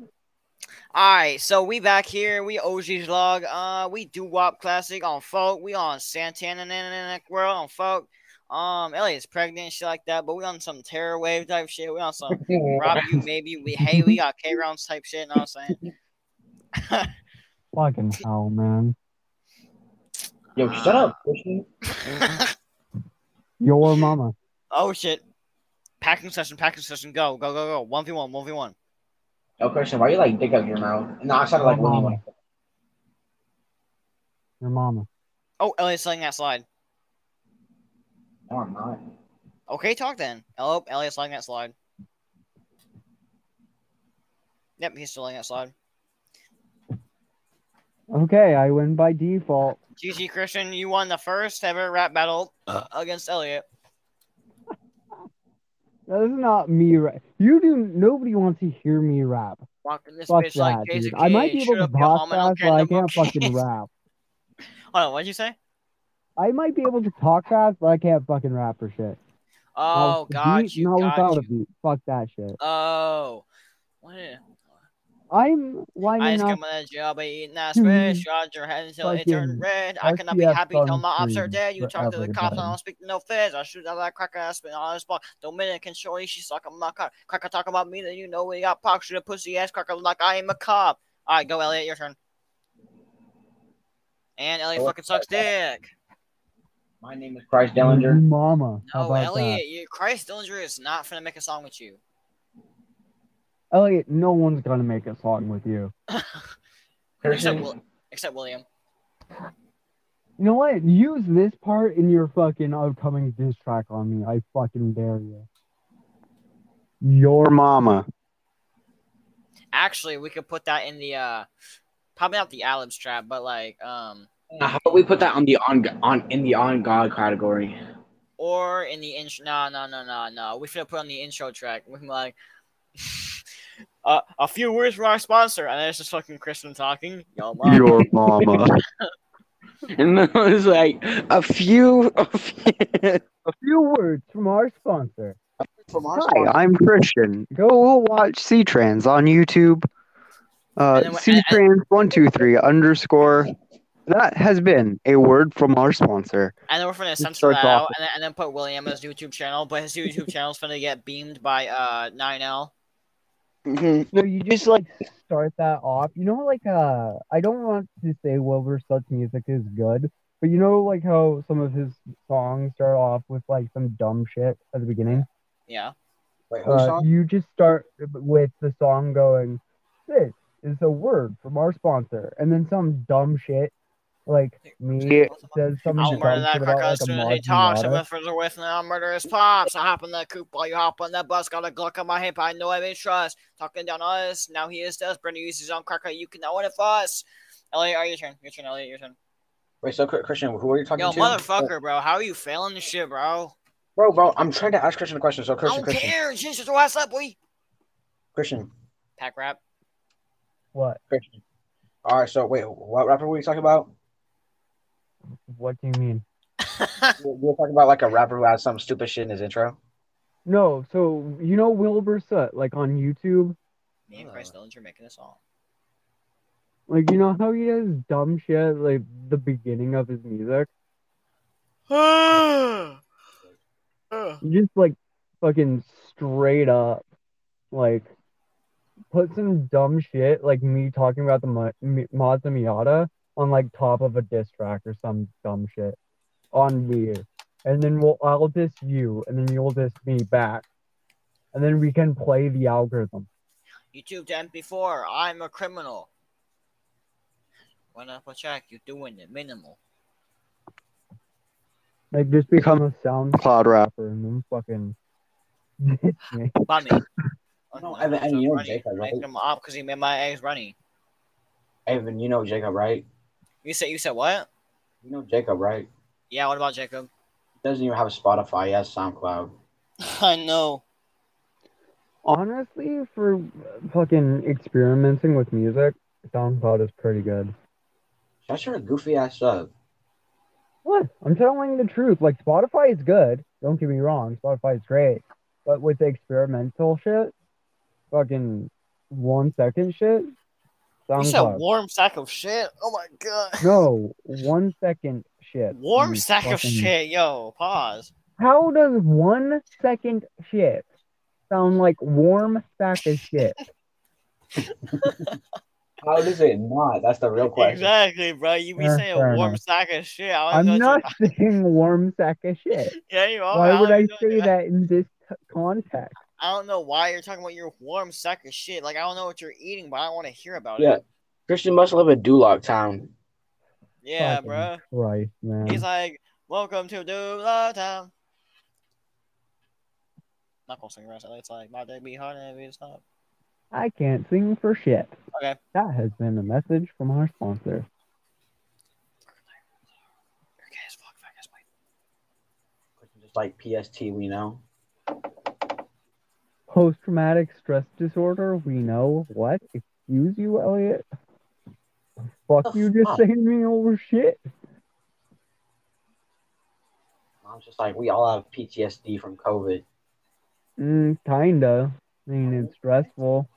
Speaker 2: Alright, so we back here. We OG's log. Uh, we do WAP Classic on folk. We on Santana Nananak World on folk. Um, Elliot's pregnant, and shit like that. But we on some terror wave type shit. We on some rob you maybe. We hey, we got K rounds type shit. Know what I'm saying?
Speaker 3: Fucking hell, man.
Speaker 5: Yo, shut up, Christian.
Speaker 3: Your mama.
Speaker 2: oh shit! Packing session, packing session. Go, go, go, go. One v one, one v one.
Speaker 5: Yo, Christian, why you like dick out your mouth? No, I sounded like Willie. Wonka.
Speaker 3: Your mama.
Speaker 2: Oh, Elliot's selling that slide.
Speaker 5: No, I'm not.
Speaker 2: Okay, talk then. Oh, Elliot's sliding that slide. Yep, he's still letting that slide.
Speaker 3: Okay, I win by default.
Speaker 2: GG Christian, you won the first ever rap battle against Elliot.
Speaker 3: That is not me. Ra- you do. Nobody wants to hear me rap.
Speaker 2: Walking this
Speaker 3: Fuck
Speaker 2: bitch like
Speaker 3: that,
Speaker 2: Jason
Speaker 3: dude. I might be
Speaker 2: Kidd,
Speaker 3: able
Speaker 2: shoot
Speaker 3: to
Speaker 2: up your
Speaker 3: talk
Speaker 2: almond, I don't
Speaker 3: fast,
Speaker 2: care
Speaker 3: but I
Speaker 2: no more
Speaker 3: can't fucking
Speaker 2: kids.
Speaker 3: rap.
Speaker 2: Hold on, what'd you say?
Speaker 3: I might be able to talk fast, but I can't fucking rap for shit.
Speaker 2: Oh,
Speaker 3: Not with the
Speaker 2: got
Speaker 3: beat,
Speaker 2: you,
Speaker 3: not
Speaker 2: got
Speaker 3: without
Speaker 2: you.
Speaker 3: a beat. Fuck that shit.
Speaker 2: Oh, what? is-
Speaker 3: I'm why
Speaker 2: I
Speaker 3: am
Speaker 2: just
Speaker 3: not
Speaker 2: come on that job by eating that
Speaker 3: Dude,
Speaker 2: fish. Rod your head until it
Speaker 3: Mm-hmm. fucking
Speaker 2: turned red. I cannot be
Speaker 3: RTF
Speaker 2: happy till my
Speaker 3: sunscreen
Speaker 2: ops are dead. You talk to the
Speaker 3: forever,
Speaker 2: cops, I
Speaker 3: man.
Speaker 2: don't speak to no feds. I shoot out that cracker, I spit on his block. Dominican shorty, she suck on my cock. Cracker talk about me, then you know we got pox. Shoot a pussy ass cracker like I am a cop. All right, go, Elliot, your turn. And Elliot
Speaker 5: Oh,
Speaker 2: fucking sucks dick.
Speaker 5: My name is Christ
Speaker 3: your
Speaker 5: Dellinger.
Speaker 3: mama. How
Speaker 2: No,
Speaker 3: about
Speaker 2: Oh, Elliot, you Christ Dillinger is not finna make a song with you.
Speaker 3: that? Elliot, no one's gonna make a song with you.
Speaker 2: Except,
Speaker 5: Christian,
Speaker 2: Will- except William.
Speaker 3: You know what? Use this part in your fucking upcoming diss track on me. I fucking dare you. Your mama.
Speaker 2: Actually, we could put that in the uh, probably not the Alibs trap, but like um,
Speaker 5: Now, how about we put that on the on on in the on god category?
Speaker 2: or in the intro. No, no, no, no, no. We should put on the intro track. We can like. Uh, a few words from our sponsor, and then it's just fucking Christian talking. Yo, mom.
Speaker 4: Your mama.
Speaker 5: And then I was like, a few. A few.
Speaker 3: A few words from our sponsor.
Speaker 4: Hi, I'm Christian. Go watch C Trans on YouTube.
Speaker 2: And
Speaker 4: Uh,
Speaker 2: then wh-
Speaker 4: C Trans one two three underscore. That has been a word from our sponsor.
Speaker 2: And then we're gonna censor
Speaker 4: starts
Speaker 2: that
Speaker 4: off
Speaker 2: out, and then, and then put William as YouTube channel, but his YouTube channel's gonna get beamed by uh 9L.
Speaker 5: Mm-hmm.
Speaker 1: Mhm.
Speaker 3: No, you just like start that off. You know, like uh, I don't want to say Wilbur Scott's music is good, but you know, like how some of his songs start off with like some dumb shit at the beginning.
Speaker 2: Yeah.
Speaker 1: Wait, whose
Speaker 3: Uh,
Speaker 1: song?
Speaker 3: you just start with the song going, "This is a word from our sponsor," and then some dumb shit like me
Speaker 4: Yeah.
Speaker 3: says some
Speaker 2: I'll
Speaker 3: dumb
Speaker 2: murder that
Speaker 3: shit about
Speaker 2: cracker
Speaker 3: like
Speaker 2: as
Speaker 3: a
Speaker 2: soon as he
Speaker 3: Mars
Speaker 2: talks. I'm
Speaker 3: Miata.
Speaker 2: with the with now murder his pops. I hop in that coupe while you hop on that bus. Got a Glock on my hip. I know I may trust. Talking down on us. Now he is dust. Brandon uses his own cracker. You cannot win it for us. Elliot, are your turn? Your turn, Elliot. Your turn.
Speaker 5: Wait, so Chr- Christian, who are you talking
Speaker 2: Yo,
Speaker 5: to? Oh,
Speaker 2: motherfucker, bro. How are you failing this shit, bro?
Speaker 5: Bro, bro, I'm trying to ask Christian a question. So
Speaker 2: I
Speaker 5: Christian,
Speaker 2: don't
Speaker 5: Christian,
Speaker 2: care. Just your ass up, we.
Speaker 5: Christian,
Speaker 2: Pack rap.
Speaker 3: What?
Speaker 5: Christian. All right, so wait, what rapper were you talking about?
Speaker 3: What do you mean?
Speaker 5: We we were talking about like a rapper who had some stupid shit in his intro.
Speaker 3: No, so you know Wilbur Sut, like on YouTube,
Speaker 2: Me and Chris Dillinger making a song.
Speaker 3: like you know how he does dumb shit, like the beginning of his music,
Speaker 2: Ugh.
Speaker 3: just like fucking straight up, like put some dumb shit, like me talking about the Ma- Mi- Mazda Miata on like top of a diss track or some dumb shit on me, and then we'll I'll diss you, and then you'll diss me back, and then we can play the algorithm.
Speaker 2: YouTube to MP4. I'm a criminal. Run up a check. You're doing it minimal.
Speaker 3: Like just become a SoundCloud rapper and then fucking.
Speaker 2: Bummy.
Speaker 5: No, I mean- I mean, you know Jacob, right?
Speaker 2: Making him up because he made my eggs runny.
Speaker 5: Evan, you know Jacob, right?
Speaker 2: You said you said what?
Speaker 5: You know Jacob, right?
Speaker 2: Yeah. What about Jacob?
Speaker 5: Doesn't even have Spotify. He has SoundCloud.
Speaker 2: I know.
Speaker 3: Honestly, for fucking experimenting with music, SoundCloud is pretty good.
Speaker 5: Shut your goofy ass up.
Speaker 3: What? I'm telling the truth. Like Spotify is good. Don't get me wrong. Spotify is great. But with the experimental shit, fucking one second shit,
Speaker 2: You said
Speaker 3: SoundCloud.
Speaker 2: warm sack of shit. Oh my god.
Speaker 3: No, one second shit.
Speaker 2: Warm
Speaker 3: you
Speaker 2: sack of
Speaker 3: fucking-
Speaker 2: shit. Yo, pause.
Speaker 3: How does one second shit sound like warm sack of shit?
Speaker 5: How does it not? That's the real question.
Speaker 2: Exactly, bro. You be
Speaker 3: Yeah,
Speaker 2: saying
Speaker 3: fair
Speaker 2: warm
Speaker 3: enough.
Speaker 2: sack of shit. I don't
Speaker 3: I'm
Speaker 2: know what
Speaker 3: not saying warm sack of shit.
Speaker 2: you- Yeah, you are.
Speaker 3: Why would I
Speaker 2: don't know-
Speaker 3: say that in this t- context?
Speaker 2: I don't know why you're talking about your warm sack of shit. Like I don't know what you're eating, but I want to hear about
Speaker 5: Yeah.
Speaker 2: it.
Speaker 5: Christian must live in Duloc Town.
Speaker 2: Yeah,
Speaker 3: Fucking
Speaker 2: bro.
Speaker 3: Christ, man.
Speaker 2: He's like, "Welcome to Doula Town." Not gonna sing the rest. of it. It's like my day be hard and it's not.
Speaker 3: I can't sing for shit.
Speaker 2: Okay.
Speaker 3: That has been a message from our sponsor.
Speaker 2: Okay, it's fuck, fuck, it's white.
Speaker 5: Just like PST, we know.
Speaker 3: Post traumatic stress disorder, we know what? Excuse you, Elliot? Fuck you just
Speaker 5: fuck?
Speaker 3: saying me over shit.
Speaker 5: I'm just like, we all have PTSD from COVID.
Speaker 3: Mm, kinda. I mean, it's stressful.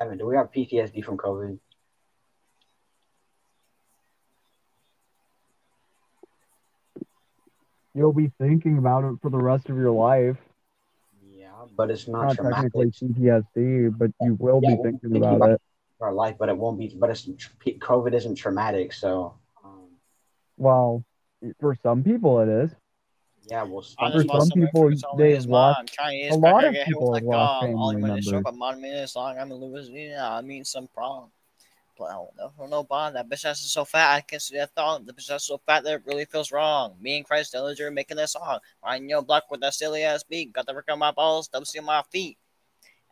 Speaker 5: Evan, do we have PTSD from COVID?
Speaker 3: You'll be thinking about it for the rest of your life.
Speaker 5: Yeah, but it's not,
Speaker 3: Not
Speaker 5: traumatic
Speaker 3: technically PTSD, but you will
Speaker 5: Yeah,
Speaker 3: be
Speaker 5: we'll be
Speaker 3: thinking
Speaker 5: thinking
Speaker 3: about
Speaker 5: about-
Speaker 3: it.
Speaker 5: for our life, but it won't be. But it's COVID isn't traumatic, so um,
Speaker 3: Well, for some people it is.
Speaker 5: yeah, we'll. see.
Speaker 2: I
Speaker 3: For
Speaker 2: just lost
Speaker 3: some
Speaker 2: somebody
Speaker 3: people,
Speaker 2: for this all
Speaker 3: they
Speaker 2: in his mom.
Speaker 3: lost-
Speaker 2: Chinese
Speaker 3: a lot
Speaker 2: cracker
Speaker 3: of
Speaker 2: get hit
Speaker 3: people
Speaker 2: with
Speaker 3: have
Speaker 2: a
Speaker 3: lost
Speaker 2: gun. "Oh, All
Speaker 3: family
Speaker 2: in my show,
Speaker 3: members.
Speaker 2: but mom made this song. I'm in Louisiana. I mean, some problem. But I don't know for no bond. That bitch ass is so fat. I can see that thong. The bitch ass is so fat that it really feels wrong. Me and Christ Dillinger making this song. Riding your block with that silly ass beat. Got the work on my balls. Dubs in my feet.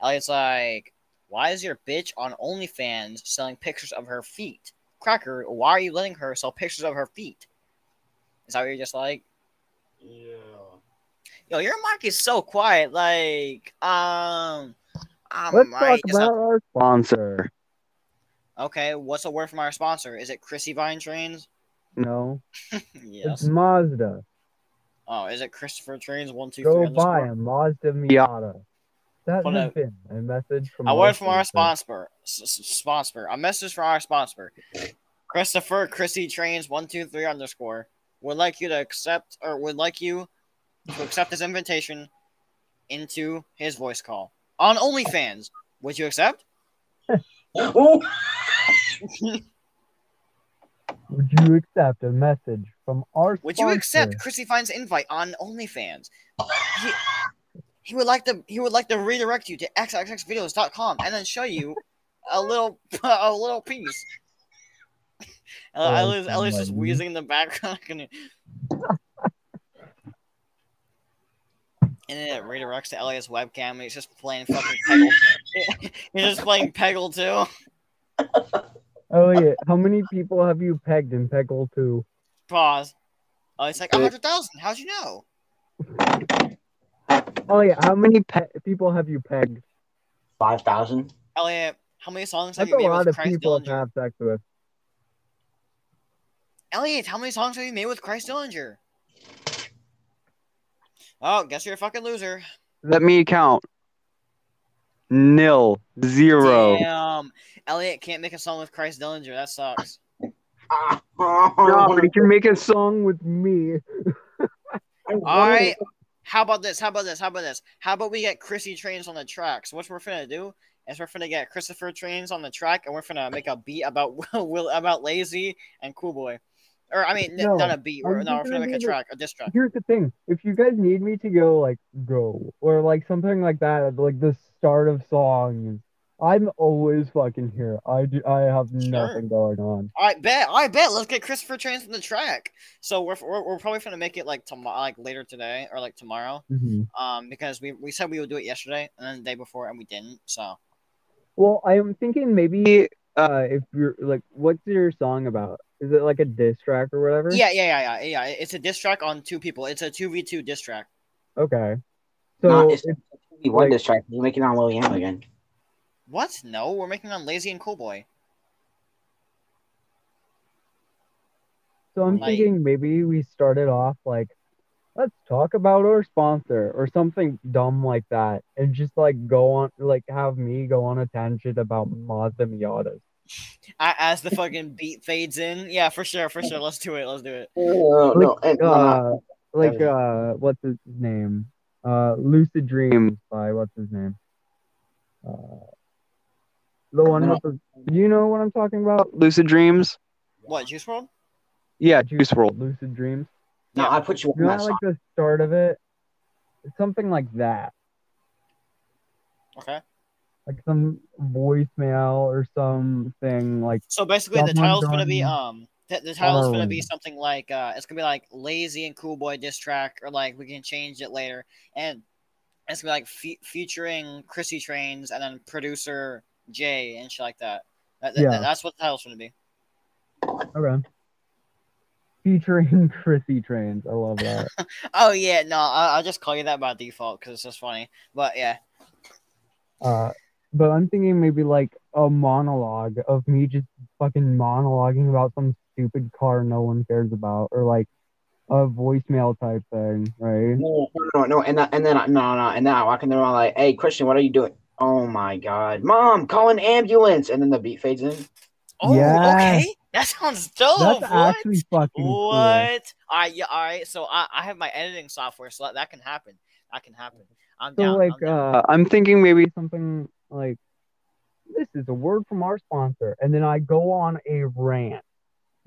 Speaker 2: Elliot's like, why is your bitch on OnlyFans selling pictures of her feet? Cracker, why are you letting her sell pictures of her feet? Is that what you're just like?
Speaker 5: Yeah.
Speaker 2: Yo, your mic is so quiet. Like, um, I'm
Speaker 4: Let's
Speaker 2: right.
Speaker 4: talk about our sponsor.
Speaker 2: okay, what's a word from our sponsor? Is it Chrissy Vine Trains?
Speaker 4: No, it's Mm-hmm.
Speaker 2: yes.
Speaker 3: Mazda.
Speaker 2: Oh, is it Christopher Trains? One, two, three.
Speaker 3: Go buy
Speaker 2: underscore?
Speaker 3: a Mazda Miata. That
Speaker 2: Hold
Speaker 3: has
Speaker 2: up.
Speaker 3: been a message from
Speaker 2: A word from our
Speaker 3: sponsor.
Speaker 2: sponsor. S- s- sponsor. A message from our sponsor. Christopher Chrissy Trains one two three underscore would like you to accept or would like you to accept his invitation into his voice call on OnlyFans. Would you accept?
Speaker 5: Oh,
Speaker 3: Would you accept a message from our
Speaker 2: Would
Speaker 3: sponsor?
Speaker 2: you accept Chrissy Fine's invite on OnlyFans? He, he would like to he would like to redirect you to xxxvideos.com and then show you a little a little piece. Uh,
Speaker 3: Oh,
Speaker 2: I was I was just
Speaker 3: somebody.
Speaker 2: wheezing in the background, and then it redirects to Elliot's webcam, and he's just playing fucking Peggle. he's just playing Peggle too.
Speaker 3: Oh yeah. How many people have you pegged in Peggle 2?
Speaker 2: Pause. Oh, it's like a hundred thousand. How'd you know?
Speaker 3: Oh yeah. How many pe- people have you pegged?
Speaker 5: 5,000?
Speaker 2: Elliot, how many songs have
Speaker 3: That's
Speaker 2: you
Speaker 3: a
Speaker 2: made
Speaker 3: lot
Speaker 2: with
Speaker 3: of
Speaker 2: Christ
Speaker 3: people to
Speaker 2: Dillinger?
Speaker 3: have sex with.
Speaker 2: Elliot, how many songs have you made with Christ Dillinger? Oh, guess you're a fucking loser.
Speaker 4: Let me count. Nil, zero.
Speaker 2: Damn. Elliot can't make a song with Christ Dillinger. That sucks.
Speaker 5: Ah,
Speaker 4: Nah, but you can make a song with.
Speaker 3: With me.
Speaker 2: All right. How about this? How about this? How about this? How about we get Chrissy Trains on the track? So what we're finna do is we're finna get Christopher Trains on the track, and we're finna make a beat about Will about Lazy and Cool Boy, or I mean, n-
Speaker 3: No,
Speaker 2: not a beat. We're,
Speaker 3: I'm
Speaker 2: no, we're
Speaker 3: just
Speaker 2: finna
Speaker 3: gonna
Speaker 2: make a
Speaker 3: leave it-
Speaker 2: track, a diss track.
Speaker 3: Here's the thing. If you guys need me to go like go or like something like that, at, like the start of songs, I'm always fucking here. I do. I have nothing going on.
Speaker 2: All right, bet. All right, bet. Let's get Christopher Trains on the track. So we're we're, we're probably finna make it like tomorrow, like later today, or like tomorrow,
Speaker 3: Mhm.
Speaker 2: um, because we we said we would do it yesterday and then the day before, and we didn't. So
Speaker 3: Well, I'm thinking maybe uh if you're like, what's your song about? Is it like a diss track or whatever?
Speaker 2: yeah, yeah, yeah, yeah, yeah. It's a diss track on two people. It's a two v two diss track.
Speaker 3: Okay. So
Speaker 5: Nah,
Speaker 3: it's,
Speaker 5: it's- He won
Speaker 3: like-
Speaker 5: this track. He's making on William again.
Speaker 2: What? No, we're making on Lazy and Cool Boy.
Speaker 3: so I'm
Speaker 2: like-
Speaker 3: thinking maybe we started off like, let's talk about our sponsor or something dumb like that, and just like go on, like have me go on a tangent about Mazda Miatas.
Speaker 2: I, as the fucking beat fades in, yeah, for sure, for sure. Let's do it. Let's do it.
Speaker 5: No, Oh, no, and- no, no.
Speaker 3: Uh, like uh, what's his name? Uh, Lucid Dreams by what's his name? Uh, the one with the, you know what I'm talking about?
Speaker 4: Lucid Dreams?
Speaker 2: What Juice World?
Speaker 4: Yeah, Juice World.
Speaker 3: Lucid Dreams.
Speaker 5: No, I put you on
Speaker 3: You know,
Speaker 5: that
Speaker 3: how,
Speaker 5: song.
Speaker 3: like the start of it, something like that.
Speaker 2: Okay.
Speaker 3: like some voicemail or something like
Speaker 2: So basically, the
Speaker 3: Someone
Speaker 2: title's gonna be
Speaker 3: done
Speaker 2: um, the, the title's gonna be
Speaker 3: borrowing.
Speaker 2: something like uh, it's gonna be like Lazy and Cool Boy diss track, or like we can change it later, and it's gonna be like fe- featuring Chrissy Trains and then producer Jay and shit like that. That- that-
Speaker 3: Yeah.
Speaker 2: that's what the title's gonna be.
Speaker 3: okay. Featuring Chrissy Trains. I love that.
Speaker 2: Oh yeah, no, I, I'll just call you that by default because it's just funny. But yeah,
Speaker 3: uh, but I'm thinking maybe like a monologue of me just fucking monologuing about some stupid car no one cares about or like a voicemail type thing, right?
Speaker 5: No, no, no, and, that, and then I- no, no, and then I walk in the room like, "Hey, Christian, what are you doing?" Oh my God, Mom, call an ambulance! And then the beat fades in.
Speaker 2: oh
Speaker 3: Yeah.
Speaker 2: okay, that sounds dope.
Speaker 3: That's
Speaker 2: What?
Speaker 3: actually fucking cool.
Speaker 2: What? All right, yeah, all right. So I, I have my editing software, so that, that can happen. That can happen. I'm
Speaker 3: So
Speaker 2: down. I'm
Speaker 3: like
Speaker 2: down.
Speaker 3: uh
Speaker 4: Uh, I'm thinking maybe.
Speaker 3: something like this is a word from our sponsor and then I go on a rant.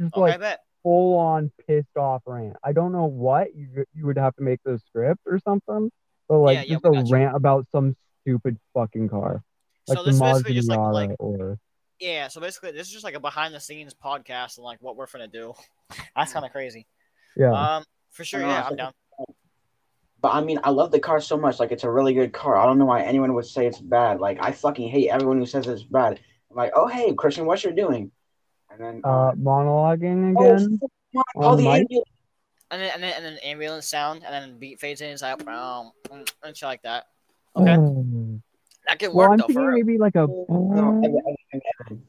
Speaker 3: Just
Speaker 2: okay,
Speaker 3: like
Speaker 2: bet.
Speaker 3: full on pissed off rant. I don't know what you you would have to make the script or something, but like
Speaker 2: Yeah, yeah,
Speaker 3: just
Speaker 2: we
Speaker 3: a
Speaker 2: got you.
Speaker 3: rant about some stupid fucking car, like
Speaker 2: So
Speaker 3: the
Speaker 2: this is
Speaker 3: Mazda
Speaker 2: basically just like,
Speaker 3: Miata
Speaker 2: like
Speaker 3: or
Speaker 2: yeah. So basically, this is just like a behind the scenes podcast and like what we're gonna do. That's kind of crazy.
Speaker 3: yeah.
Speaker 2: Um, for sure.
Speaker 5: No,
Speaker 2: Yeah,
Speaker 5: I
Speaker 2: I'm
Speaker 5: think-
Speaker 2: down.
Speaker 5: But I mean, I love the car so much. Like, it's a really good car. I don't know why anyone would say it's bad. Like, I fucking hate everyone who says it's bad. I'm like, oh hey, Christian, what you're doing? And then
Speaker 3: Uh, monologuing again.
Speaker 5: Oh, fuck, call
Speaker 3: on
Speaker 5: the
Speaker 3: mic?
Speaker 5: ambulance.
Speaker 2: And then and then, and then ambulance sound, and then beat fades in. It's like um, and shit like that. Okay,
Speaker 3: Um,
Speaker 2: that could
Speaker 3: well,
Speaker 2: work
Speaker 3: I'm
Speaker 2: though.
Speaker 3: thinking
Speaker 2: For real.
Speaker 3: maybe like a
Speaker 5: No, and- and- and-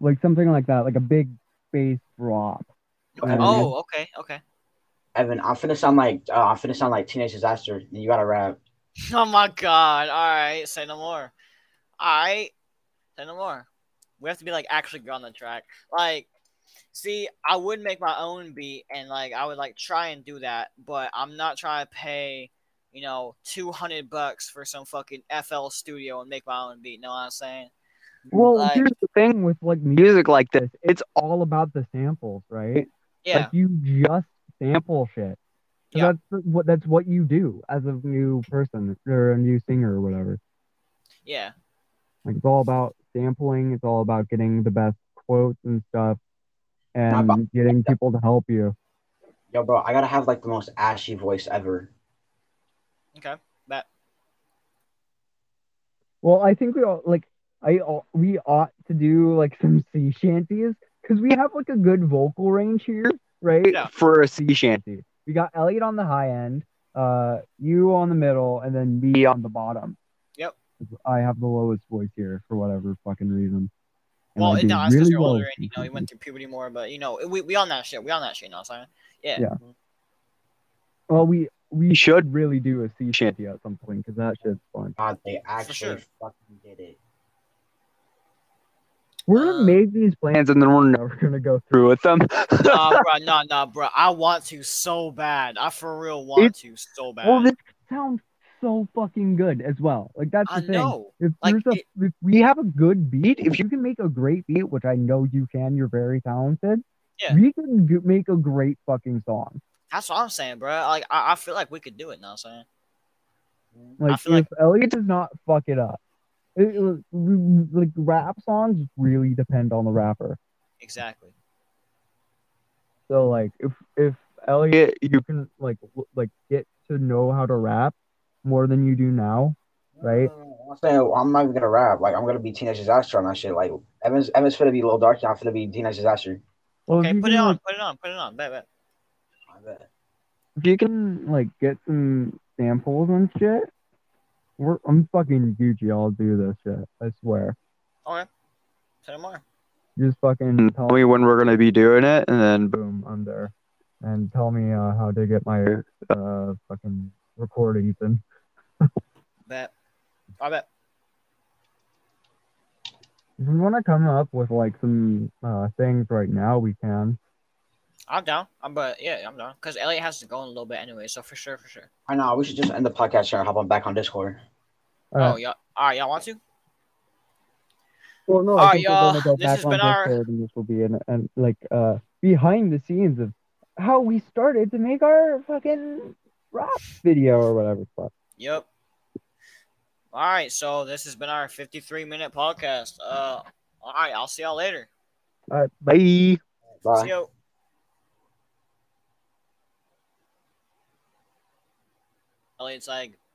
Speaker 3: like something like that, like a big bass drop.
Speaker 5: and-
Speaker 2: Oh, okay, okay.
Speaker 5: Evan, I'm finna sound like uh, I'm finna sound like teenage disaster. and You gotta rap.
Speaker 2: Oh my god! All right, say no more. All right, say no more. We have to be like actually good on the track. Like, see, I would make my own beat and like I would like try and do that, but I'm not trying to pay, you know, two hundred bucks for some fucking FL studio and make my own beat. Know what I'm saying?
Speaker 3: Well,
Speaker 2: Like-
Speaker 3: here's the thing with like music like this, it's all about the samples, right?
Speaker 2: Yeah,
Speaker 3: Like you just sample shit. So
Speaker 2: Yeah.
Speaker 3: That's the- what that's what you do as a new person or a new singer or whatever.
Speaker 2: yeah,
Speaker 3: Like it's all about sampling. It's all about getting the best quotes and stuff, and
Speaker 5: about-
Speaker 3: getting people to help you.
Speaker 5: Yo, bro, I gotta have like the most ashy voice ever.
Speaker 2: okay, bet.
Speaker 3: Well, I think we all like I all, we ought to do like some sea shanties because we have like a good vocal range here, right?
Speaker 2: Yeah.
Speaker 3: For a sea shanty, we got Elliot on the high end, uh, you on the middle, and then me on the bottom.
Speaker 2: Yep.
Speaker 3: I have the lowest voice here for whatever fucking reason. And
Speaker 2: Well,
Speaker 3: I
Speaker 2: it,
Speaker 3: do
Speaker 2: no, it's because
Speaker 3: really
Speaker 2: you're
Speaker 3: well
Speaker 2: older
Speaker 3: at
Speaker 2: and you know you
Speaker 3: sea
Speaker 2: went through puberty more, but you know we we on that shit. We on that shit. You know what I'm saying? Yeah.
Speaker 3: shanties. Well, we we should really do a sea shanty at some point because that shit's fun.
Speaker 5: God, they actually
Speaker 2: sure.
Speaker 5: fucking did it.
Speaker 3: We're gonna
Speaker 2: Uh,
Speaker 3: make these plans and then we're never gonna go through with them.
Speaker 2: nah, bro, nah, nah, bro. I want to so bad. I for real want
Speaker 3: It's-
Speaker 2: to so bad.
Speaker 3: Well, this sounds so fucking good as well. Like that's the
Speaker 2: I
Speaker 3: thing.
Speaker 2: know.
Speaker 3: If
Speaker 2: Like,
Speaker 3: there's a,
Speaker 2: it-
Speaker 3: if we have a good beat, if you can make a great beat, which I know you can, you're very talented.
Speaker 2: Yeah.
Speaker 3: We can do, make a great fucking song.
Speaker 2: That's what I'm saying, bro. Like, I, I feel like we could do it. Know what I'm saying?
Speaker 3: Like if
Speaker 2: feel like-
Speaker 3: Elliot does not fuck it up, it, it- like rap songs really depend on the rapper.
Speaker 2: Exactly.
Speaker 3: So like if if Elliot, you can like l- like get to know how to rap more than you do now, right?
Speaker 5: I'm saying I'm not even gonna rap. Like I'm gonna be teenage disaster on that shit. Like Evan's Evan's finna be Lil Darky. I'm finna be teenage disaster.
Speaker 3: Well, if
Speaker 2: Okay,
Speaker 3: you
Speaker 2: put it
Speaker 3: can, like,
Speaker 2: on. Put it on. Put it on. Bet, bet.
Speaker 5: I bet.
Speaker 3: if you can like get some samples and shit, we're, I'm fucking Gucci. I'll do this shit. I swear.
Speaker 2: Say no more.
Speaker 3: Just fucking Mm, tell me when we're gonna be doing it, and then boom, I'm there. And tell me uh, how to get my uh, fucking record, Ethan.
Speaker 2: Bet. I bet.
Speaker 3: If you want to come up with like some uh, things right now, we can.
Speaker 2: I'm down. I'm but yeah, I'm down. Cause Elliot has to go in a little bit anyway, so for sure, for sure.
Speaker 5: I know. We should just end the podcast here and hop on back on Discord.
Speaker 3: Uh,
Speaker 2: oh yeah. All right, y'all want to?
Speaker 3: Well, no,
Speaker 2: All
Speaker 3: I
Speaker 2: right,
Speaker 3: think we're gonna
Speaker 2: y'all.
Speaker 3: go
Speaker 2: This
Speaker 3: back
Speaker 2: has
Speaker 3: on
Speaker 2: been our-
Speaker 3: Discord, and this will be an, an like uh behind the scenes of how we started to make our fucking rap video or whatever. the fuck.
Speaker 2: Yep. All right, so this has been our 53 minute podcast. Uh, all right, I'll see y'all later.
Speaker 3: All right, Ờ, bye.
Speaker 5: Bye.
Speaker 2: See you. Elliot's like,